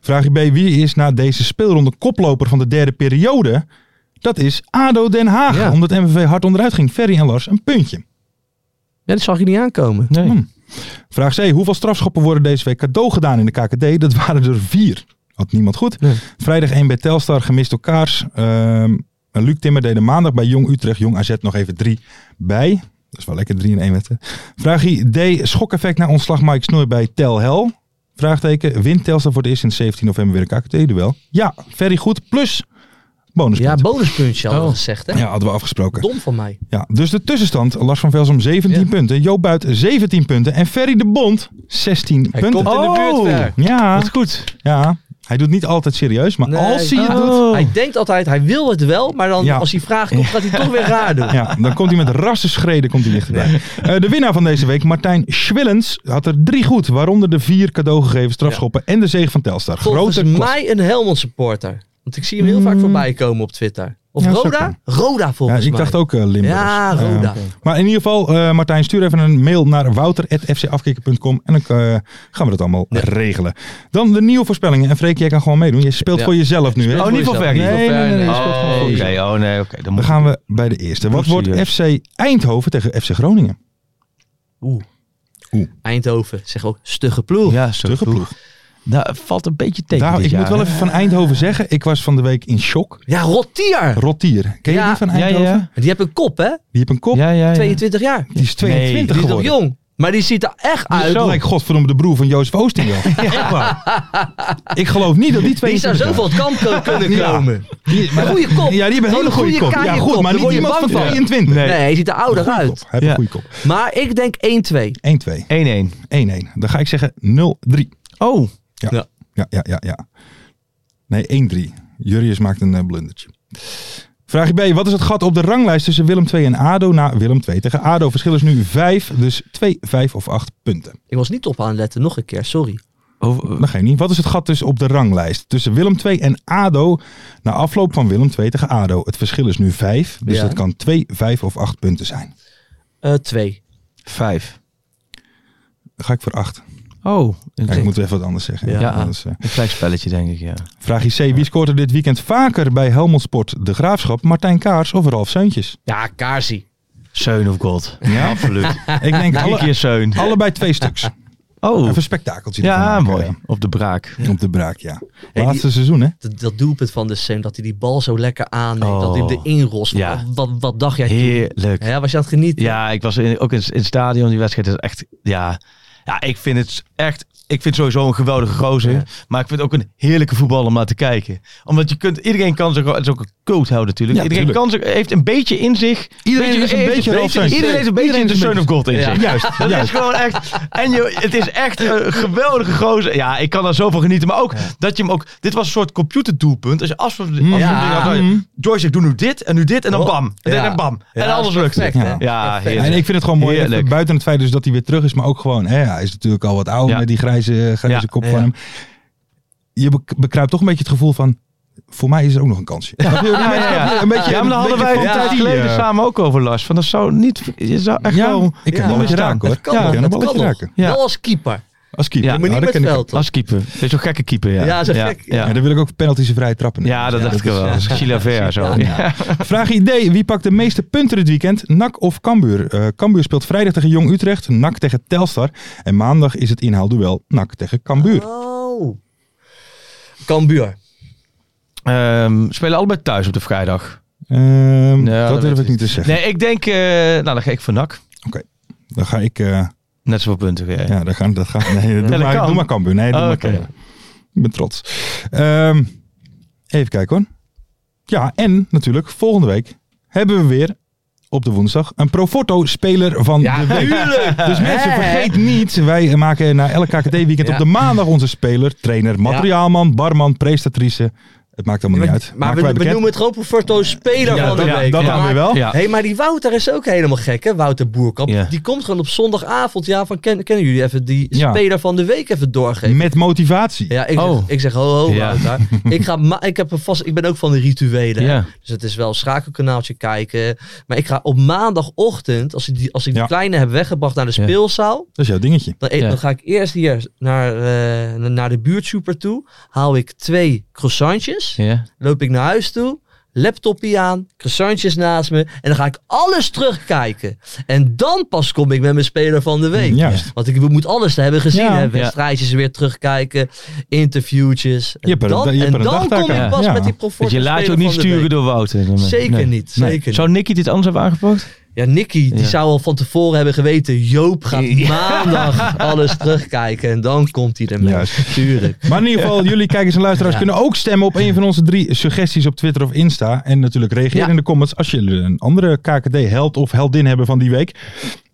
Speaker 4: Vraag B. Wie is na deze speelronde koploper van de derde periode? Dat is ADO Den Haag.
Speaker 5: Ja.
Speaker 4: Omdat MVV hard onderuit ging. Ferry en Lars een puntje.
Speaker 5: Ja, dat zag je niet aankomen. Hmm.
Speaker 6: Nee.
Speaker 4: Vraag C. Hoeveel strafschoppen worden deze week cadeau gedaan in de KKD? Dat waren er vier. Had niemand goed.
Speaker 5: Nee.
Speaker 4: Vrijdag 1 bij Telstar, gemist door Kaars. Ehm, Luc Timmer deed er maandag bij Jong Utrecht, Jong AZ nog even drie bij. Dat is wel lekker, drie in één wedstrijd. Vraag D. Schokeffect na ontslag Mike Snoei bij Tel Hel. Vraagteken. Wint Telstar voor het eerst sinds 17 november weer een KKD-duel? Ja, very goed. Plus bonuspunt.
Speaker 5: Ja,
Speaker 4: Ja,
Speaker 5: bonuspuntje hadden we
Speaker 4: Oh.
Speaker 5: gezegd, hè?
Speaker 4: hadden we afgesproken.
Speaker 5: Dom van mij.
Speaker 4: Ja, dus de tussenstand. Lars van Velsom 17
Speaker 5: Ja.
Speaker 4: punten. Joop Buit 17 punten. En Ferry de Bond 16
Speaker 5: Hij
Speaker 4: punten. Oh,
Speaker 5: komt in de buurt ver.
Speaker 4: Ja,
Speaker 6: Dat is goed.
Speaker 4: ja, hij doet niet altijd serieus. Maar
Speaker 5: Nee.
Speaker 4: als hij het
Speaker 5: Oh.
Speaker 4: doet...
Speaker 5: Hij denkt altijd, hij wil het wel, maar dan
Speaker 4: Ja.
Speaker 5: als die vraag komt, gaat hij toch weer raar doen.
Speaker 4: <laughs> Ja, dan komt hij met rassenschreden komt hij dichterbij. Eh, de winnaar van deze week, Martijn Schwillens, had er drie goed. Waaronder de vier cadeau gegeven strafschoppen en de zege van Telstar.
Speaker 5: Volgens
Speaker 4: Grote klas.
Speaker 5: mij een Helmond supporter. Want ik zie hem heel vaak voorbij komen op Twitter. Of
Speaker 4: Ja, zou
Speaker 5: Roda?
Speaker 4: kunnen.
Speaker 5: Roda
Speaker 4: Ja,
Speaker 5: volgens
Speaker 4: ik
Speaker 5: mij.
Speaker 4: dacht ook eh Limburg.
Speaker 5: Ja, Roda.
Speaker 4: Eh, maar in ieder geval, eh, Martijn, stuur even een mail naar wouter.fcafkikker.com en dan eh, gaan we dat allemaal regelen. Dan de nieuwe voorspellingen. En Freek, jij kan gewoon meedoen. Je speelt
Speaker 5: Ja.
Speaker 4: voor jezelf nu, hè?
Speaker 6: Oh, niet voor Ferry.
Speaker 4: Nee, nee, nee, nee, dat is
Speaker 6: Oh,
Speaker 4: gewoon
Speaker 6: oké.
Speaker 4: voor
Speaker 6: Oh, nee, oké. Dan
Speaker 4: Dan
Speaker 6: moet
Speaker 4: gaan we bij de eerste. Wat wordt FC Eindhoven tegen FC Groningen?
Speaker 5: Eindhoven. Zeg ook stugge ploeg.
Speaker 6: Ja, zo
Speaker 4: Terug
Speaker 6: vroeg. Daar Nou, valt een beetje tegen
Speaker 4: Nou,
Speaker 6: dit
Speaker 4: ik
Speaker 6: jaar,
Speaker 4: moet wel
Speaker 6: hè?
Speaker 4: even van Eindhoven zeggen. Ik was van de week in shock.
Speaker 5: Ja, Rotier.
Speaker 4: Rotier. Ken je
Speaker 5: Ja,
Speaker 4: die van
Speaker 6: ja, ja.
Speaker 4: Eindhoven?
Speaker 5: Die heeft een kop, hè?
Speaker 4: Die heeft een kop.
Speaker 6: Ja, ja, ja.
Speaker 5: 22 jaar.
Speaker 4: Die is 22
Speaker 5: Die is nog
Speaker 4: geworden.
Speaker 5: jong. Maar die ziet er echt
Speaker 4: Die is
Speaker 5: uit.
Speaker 4: zo. lijkt godverdomme de broer van Jozef
Speaker 6: <laughs>
Speaker 4: Oostingel. Echt waar. Ik geloof niet dat die twee...
Speaker 5: Die zou zoveel het kamp ko- kunnen
Speaker 4: <laughs> Ja.
Speaker 5: komen.
Speaker 4: Die, maar-
Speaker 5: Een goede
Speaker 4: Ja,
Speaker 5: kop.
Speaker 4: die hebben een hele goede kop. Ja,
Speaker 5: kaaie
Speaker 4: goed, maar
Speaker 5: kop. Daar
Speaker 4: niet
Speaker 5: word je
Speaker 4: iemand van
Speaker 5: bang van.
Speaker 4: 22.
Speaker 5: Nee, hij ziet er ouder
Speaker 4: Goeie kop.
Speaker 5: uit.
Speaker 4: Hij heeft
Speaker 6: Ja.
Speaker 4: een goede kop.
Speaker 5: Maar ik denk 1-2.
Speaker 4: 1-2.
Speaker 6: 1-1.
Speaker 4: 1-1. Dan ga ik zeggen 0-3.
Speaker 6: Oh.
Speaker 4: Ja.
Speaker 5: Ja.
Speaker 4: Ja. ja, ja, ja, Nee, 1-3. Jurrius maakt een eh, blundertje. Vraag B. Wat is het gat op de ranglijst tussen Willem 2 en ADO na Willem 2? Tegen ADO verschil is nu 5, dus 2, 5 of 8 punten.
Speaker 5: Ik was niet op aan het letten. Nog een keer, sorry. Eh.
Speaker 4: Dan ga je niet. Wat is het gat dus op de ranglijst tussen Willem 2 en ADO na afloop van Willem 2 tegen ADO? Het verschil is nu 5, dus
Speaker 5: Ja.
Speaker 4: dat kan 2, 5 of 8 punten zijn.
Speaker 5: Eh, Twee.
Speaker 6: 5.
Speaker 4: Dan ga ik voor 8.
Speaker 6: Oh. Een
Speaker 4: Ja, ik moet even wat anders zeggen.
Speaker 5: Ja.
Speaker 4: Anders, eh.
Speaker 6: een klein spelletje, denk ik, ja.
Speaker 4: Vraag C. Wie scoort er dit weekend vaker bij Helmond Sport de Graafschap? Martijn Kaars of Ralf Seuntjes?
Speaker 5: ja, Kaarsie.
Speaker 6: Seun of <laughs> God.
Speaker 4: Ja,
Speaker 6: Absoluut.
Speaker 4: <laughs> Ik denk
Speaker 6: Drie
Speaker 4: alle,
Speaker 6: keer Seun.
Speaker 4: allebei twee stuks.
Speaker 6: Oh.
Speaker 4: Even een spektakeltje. ervan
Speaker 6: Ja,
Speaker 4: maken,
Speaker 6: mooi. Op de braak.
Speaker 4: eh, Op de braak, ja.
Speaker 5: die-
Speaker 4: Laatste seizoen, hè?
Speaker 5: Dat, dat doelpunt van de Seun, dat hij die bal zo lekker aanneemt.
Speaker 6: Oh.
Speaker 5: Dat hij hem erin rost. Wat-
Speaker 6: Ja.
Speaker 5: Wat, wat, dacht jij toen?
Speaker 6: Heerlijk.
Speaker 5: Ja, was je aan het genieten?
Speaker 6: Ja, ik was in, ook in, in het stadion. Die wedstrijd is echt, ja, ja, ik vind het echt, ik vind sowieso een geweldige gozer.
Speaker 5: Ja.
Speaker 6: Maar ik vind het ook een heerlijke voetbal om naar te kijken. Omdat je kunt, iedereen kan zich, het is ook een cult houden natuurlijk.
Speaker 4: Ja,
Speaker 6: iedereen
Speaker 4: tuurlijk.
Speaker 6: kan zich, heeft een beetje in zich.
Speaker 4: Iedereen
Speaker 6: Beetje-
Speaker 4: is een
Speaker 6: heeft
Speaker 4: beetje Ralf Seuntjes.
Speaker 6: Iedereen heeft een beetje
Speaker 4: Iedereen
Speaker 6: in de
Speaker 4: is een
Speaker 6: Son of God in
Speaker 5: Ja.
Speaker 6: zich.
Speaker 4: Juist,
Speaker 6: Dat is
Speaker 4: juist.
Speaker 6: gewoon echt. En je, het is echt een geweldige gozer. Ja, ik kan daar zoveel genieten. Maar ook dat je hem ook. Dit was een soort computerdoelpunt. Als je af, af,
Speaker 5: Ja.
Speaker 4: Mhm.
Speaker 6: Joyce, ik doe nu dit en nu dit en dan
Speaker 4: Oh.
Speaker 6: bam. En dit en bam. en alles lukt. het.
Speaker 5: perfect, hè?
Speaker 4: Ja.
Speaker 6: Ja,
Speaker 4: Ja, en ik vind het gewoon mooi, even
Speaker 6: Heerlijk.
Speaker 4: buiten het feit dus dat hij weer terug is, maar ook gewoon, hè, hij is natuurlijk al wat oud
Speaker 6: Ja.
Speaker 4: met die grijze, eh, grijze
Speaker 6: Ja.
Speaker 4: kop van
Speaker 6: Ja.
Speaker 4: hem. Je bek- bekruipt toch een beetje het gevoel van, voor mij is er ook nog een kansje. Snap je?
Speaker 6: Ja, ja, ja.
Speaker 4: Een beetje,
Speaker 6: ja, maar daar hadden wij
Speaker 4: beetje
Speaker 6: een tijd
Speaker 4: fantasie,
Speaker 6: geleden
Speaker 4: eh.
Speaker 6: samen ook over last. Van dat zou niet. Je zou echt
Speaker 4: Ja,
Speaker 6: wel.
Speaker 4: ik kan
Speaker 5: Ja.
Speaker 4: een balletje
Speaker 6: Ja.
Speaker 4: raken hoor.
Speaker 5: Kan
Speaker 4: Ja,
Speaker 5: nog,
Speaker 4: ik kan een
Speaker 5: dat
Speaker 4: balletje
Speaker 5: kan nog.
Speaker 4: raken.
Speaker 6: Ja.
Speaker 5: Wel als keeper.
Speaker 4: Als keeper.
Speaker 6: Ja,
Speaker 4: Nou,
Speaker 5: maar niet
Speaker 4: dat
Speaker 5: met
Speaker 4: ken ik
Speaker 5: veld.
Speaker 6: Als keeper. Dat is zo'n gekke keeper, ja.
Speaker 5: Ja, zo'n
Speaker 6: ja.
Speaker 5: gek,
Speaker 6: Ja,
Speaker 4: Ja, dan wil ik ook penalties en vrije trappen.
Speaker 6: Ja, dat
Speaker 4: Ja,
Speaker 6: dacht ik
Speaker 4: dat
Speaker 6: wel.
Speaker 4: is,
Speaker 6: Chilavert zo. Ja.
Speaker 4: Vraag idee. Wie pakt de meeste punten dit weekend? NAC of Cambuur? Eh Cambuur speelt vrijdag tegen Jong Utrecht. NAC tegen Telstar. En maandag is het inhaalduel NAC tegen Cambuur.
Speaker 5: Oh. Cambuur.
Speaker 6: Ehm, spelen allebei thuis op de vrijdag.
Speaker 4: Ehm,
Speaker 6: Ja,
Speaker 4: dat
Speaker 6: dat
Speaker 4: durf
Speaker 6: weet
Speaker 4: ik niet te zeggen.
Speaker 6: Nee, ik denk... eh, nou, dan ga ik voor NAC.
Speaker 4: Dan ga ik... eh,
Speaker 6: Net zoveel punten weer.
Speaker 4: ja, dan gaan, dat
Speaker 6: <laughs>
Speaker 4: gaan, nee, doe,
Speaker 6: dat
Speaker 4: maar,
Speaker 6: kan.
Speaker 4: doe maar Cambuur. Nee, doe
Speaker 6: Oh,
Speaker 4: maar
Speaker 6: oké.
Speaker 4: Cambuur. Ik ben trots. Ehm, even kijken hoor. Ja, en natuurlijk volgende week hebben we weer op de woensdag een Proforto-speler van de week. Dus mensen, vergeet niet, wij maken na elk KKD-weekend
Speaker 5: Ja.
Speaker 4: op de maandag onze speler, trainer, materiaalman, barman, prestatrice. Het maakt allemaal niet uit.
Speaker 5: Maar
Speaker 4: Maken
Speaker 5: we,
Speaker 4: wij
Speaker 5: we
Speaker 4: bekend.
Speaker 5: noemen het gewoon Proforto speler
Speaker 6: Ja,
Speaker 5: van de
Speaker 6: dat- ja,
Speaker 5: week.
Speaker 4: dat
Speaker 5: Ja.
Speaker 4: dan weer wel.
Speaker 6: Ja.
Speaker 5: Hé, hey, maar die Wouter is ook helemaal gek, hè? Wouter Boerkamp.
Speaker 6: Ja.
Speaker 5: Die komt gewoon op zondagavond. Ja, van ken- kennen jullie even die
Speaker 4: Ja.
Speaker 5: speler van de week even doorgeven?
Speaker 4: Met motivatie.
Speaker 5: Ja, ik,
Speaker 6: Oh.
Speaker 5: zeg, ik zeg ho, ho,
Speaker 6: Ja.
Speaker 5: Wouter. ik, ga ma- ik, heb een vast, ik ben ook van de rituelen. hè.
Speaker 6: Ja.
Speaker 5: Dus het is wel schakelkanaaltje kijken. Maar ik ga op maandagochtend, als ik die, als ik die
Speaker 4: Ja.
Speaker 5: kleine heb weggebracht naar de
Speaker 6: Ja.
Speaker 5: speelzaal,
Speaker 4: Dat is jouw dingetje.
Speaker 5: dan, eet-
Speaker 6: Ja.
Speaker 5: dan ga ik eerst hier naar, eh, naar de buurtsuper toe. Haal ik twee croissantjes.
Speaker 6: Ja.
Speaker 5: Loop ik naar huis toe. Laptopje aan, croissantjes naast me. En dan ga ik alles terugkijken. En dan pas kom ik met mijn speler van de week.
Speaker 4: Juist.
Speaker 5: Want ik moet alles hebben gezien.
Speaker 4: Ja.
Speaker 5: hè? Wedstrijdjes weer terugkijken, interviewtjes. En
Speaker 4: Je hebt er een
Speaker 5: dan,
Speaker 4: da- je hebt
Speaker 5: en
Speaker 4: er een
Speaker 5: dan
Speaker 4: dagtaak
Speaker 5: kom
Speaker 4: aan.
Speaker 5: ik pas
Speaker 4: Ja.
Speaker 5: met die
Speaker 6: Dus
Speaker 5: Proforta
Speaker 6: je laat je ook
Speaker 5: speler
Speaker 6: niet
Speaker 5: van de
Speaker 6: sturen
Speaker 5: week.
Speaker 6: door Wouter.
Speaker 5: Zeker
Speaker 6: Nee.
Speaker 5: niet,
Speaker 6: Nee.
Speaker 5: zeker
Speaker 6: Zou Nicky dit anders hebben aangepakt?
Speaker 5: niet. Ja, Nicky, die
Speaker 6: Ja.
Speaker 5: zou al van tevoren hebben geweten... Joop gaat maandag alles terugkijken. En dan komt hij ermee.
Speaker 4: Juist.
Speaker 5: Tuurlijk.
Speaker 4: Maar in ieder geval, jullie kijkers en luisteraars
Speaker 5: Ja.
Speaker 4: kunnen ook stemmen op een van onze drie suggesties op Twitter of Insta. En natuurlijk reageer
Speaker 5: Ja.
Speaker 4: in de comments als jullie een andere KKD-held of heldin hebben van die week.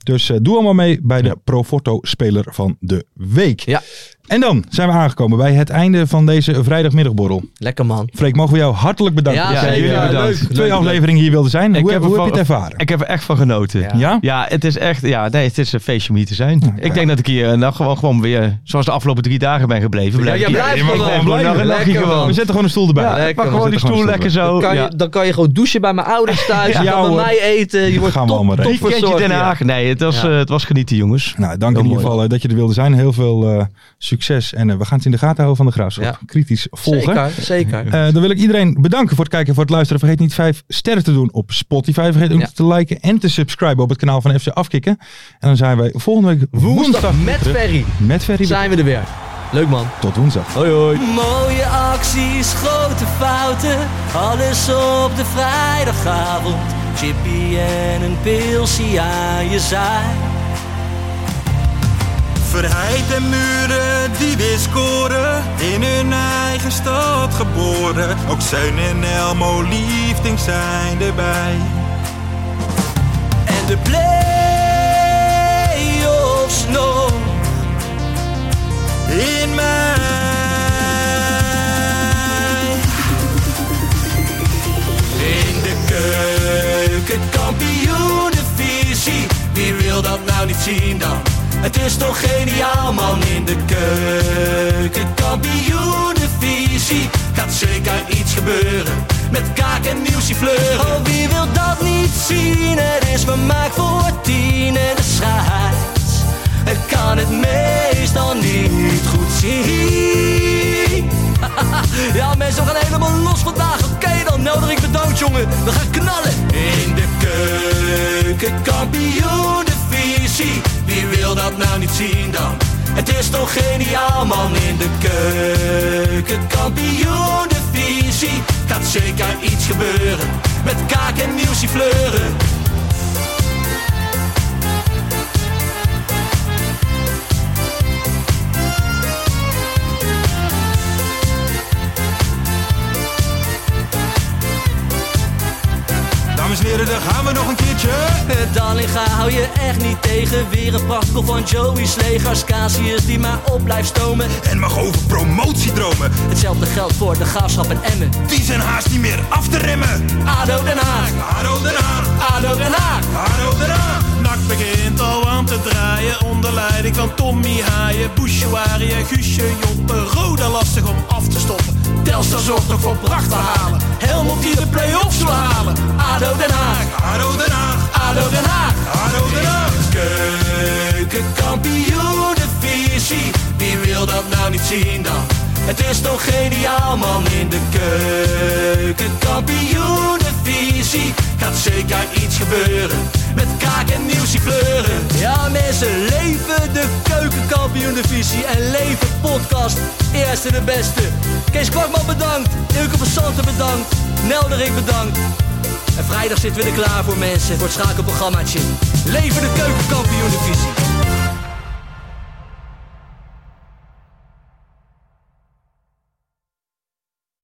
Speaker 4: Dus eh, doe allemaal mee bij de Proforto-speler van de week.
Speaker 5: Ja.
Speaker 4: En dan zijn we aangekomen bij het einde van deze vrijdagmiddagborrel.
Speaker 5: Lekker man.
Speaker 4: Freek, mogen we jou hartelijk bedanken.
Speaker 5: Ja,
Speaker 4: dat
Speaker 6: zeker.
Speaker 4: jullie
Speaker 6: Ja,
Speaker 4: bedankt.
Speaker 5: leuk,
Speaker 4: Twee
Speaker 5: leuk,
Speaker 4: afleveringen hier wilden zijn.
Speaker 6: Ik
Speaker 4: Hoe,
Speaker 6: heb
Speaker 4: hoe heb je
Speaker 6: ervan-
Speaker 4: het ervaren?
Speaker 6: Ik heb er echt van genoten.
Speaker 5: Ja.
Speaker 4: Ja?
Speaker 6: Ja, het is echt. Ja, nee, het is een feestje om hier te zijn. Ik denk dat ik hier eh, nou gewoon, gewoon weer, zoals de afgelopen drie dagen ben gebleven. Blijf
Speaker 5: jij
Speaker 6: ik hier.
Speaker 5: blijft
Speaker 6: Je mag
Speaker 5: gewoon
Speaker 6: gewoon nog
Speaker 5: blijven.
Speaker 6: een nachtje
Speaker 5: Lekker,
Speaker 6: gewoon.
Speaker 4: We zetten gewoon een stoel erbij.
Speaker 6: Ja,
Speaker 5: Lekker,
Speaker 6: pak
Speaker 4: we
Speaker 6: gewoon die
Speaker 4: zetten
Speaker 6: stoel
Speaker 4: gewoon
Speaker 6: lekker
Speaker 4: een stoel
Speaker 6: zo.
Speaker 5: Dan kan,
Speaker 6: ja.
Speaker 5: je, dan kan je gewoon douchen bij mijn ouders thuis. Je
Speaker 4: Ja,
Speaker 5: kan bij
Speaker 4: hoor.
Speaker 5: mij eten. Je wordt
Speaker 4: gaan we
Speaker 5: top,
Speaker 4: allemaal regelen.
Speaker 5: top
Speaker 6: Weekendje Den Haag. Nee, het was,
Speaker 5: Ja.
Speaker 6: eh, het was genieten, jongens.
Speaker 4: Nou, dank in
Speaker 6: Heel
Speaker 4: ieder
Speaker 6: mooi.
Speaker 4: geval eh, dat je er wilde zijn. Heel veel eh, succes. En eh, we gaan het in de gaten houden van de graafschap.
Speaker 5: Ja.
Speaker 4: Kritisch volgen.
Speaker 5: Zeker, zeker.
Speaker 4: Eh, dan wil ik iedereen bedanken voor het kijken en voor het luisteren. Vergeet niet vijf sterren te doen op Spotify. Vergeet ook
Speaker 5: Ja.
Speaker 4: niet te liken en te subscriben op het kanaal van FC Afkikken. En dan zijn wij volgende week woensdag
Speaker 5: Woensdag met Ferry
Speaker 4: met Ferry.
Speaker 5: zijn we er weer. Leuk man.
Speaker 4: Tot woensdag.
Speaker 5: Hoi hoi.
Speaker 2: Mooie acties, grote fouten, alles op de vrijdagavond. Chippy en een pilsie aan je zaai.
Speaker 3: Verheid en muren die weer scoren, in hun eigen stad geboren. Ook Zijn en Elmo liefding zijn erbij.
Speaker 2: en de play-offs nog in mij. In de keuken, kampioenenvisie. Wie wil dat nou niet zien dan? Het is toch geniaal man in de keuken, kampioenenvisie. Gaat zeker iets gebeuren met kaak en nieuwsie fleuren. Oh, wie wil dat niet zien? Het is vermaakt voor tien en de scheids. Ik kan het meestal niet goed zien. Ja, mensen, we gaan helemaal los vandaag. Oké, dan nodig ik bedankt, jongen. We gaan knallen. In de keuken, kampioen de visie. Wie wil dat nou niet zien dan? Het is toch geniaal, man. In de keuken, kampioen de visie. Gaat zeker iets gebeuren. Met kaak en nieuwsie fleuren.
Speaker 3: Dames en heren, daar gaan we nog een keertje.
Speaker 2: Dallinga Eh, hou je echt niet tegen. Weer een prachtkel van Joey's legers. Casius die maar op blijft stomen.
Speaker 3: En mag over promotiedromen,
Speaker 2: Hetzelfde geldt voor de graafschap en Emmen.
Speaker 3: die zijn haast niet meer af te remmen.
Speaker 2: ADO Den Haag,
Speaker 3: Haro eraan,
Speaker 2: ADO Den Haag.
Speaker 3: haro eraan.
Speaker 9: Nak begint al aan te draaien onder leiding van Tommy Haaien, Bouchouari en Guusje Joppen. Roda lastig om af te stoppen. Telstar zorgt nog voor pracht te halen. Helmond die de play-offs wil halen.
Speaker 2: ADO Den Haag,
Speaker 3: Haro eraan,
Speaker 2: ADO Den Haag.
Speaker 3: haro eraan.
Speaker 2: Keukenkampioenenvisie, wie wil dat nou niet zien dan? Het is toch geniaal man in de keukenkampioenenvisie Gaat zeker iets gebeuren, met kaak en nieuwsie kleuren Ja mensen, leven de keukenkampioenenvisie en leven podcast Eerste de beste Kees Kwakman bedankt, Ilke van Santen bedankt, Nelderik bedankt
Speaker 5: En vrijdag zitten we er klaar voor mensen. Voor het schakelprogrammaatje. Leven de keukenkampioen divisie.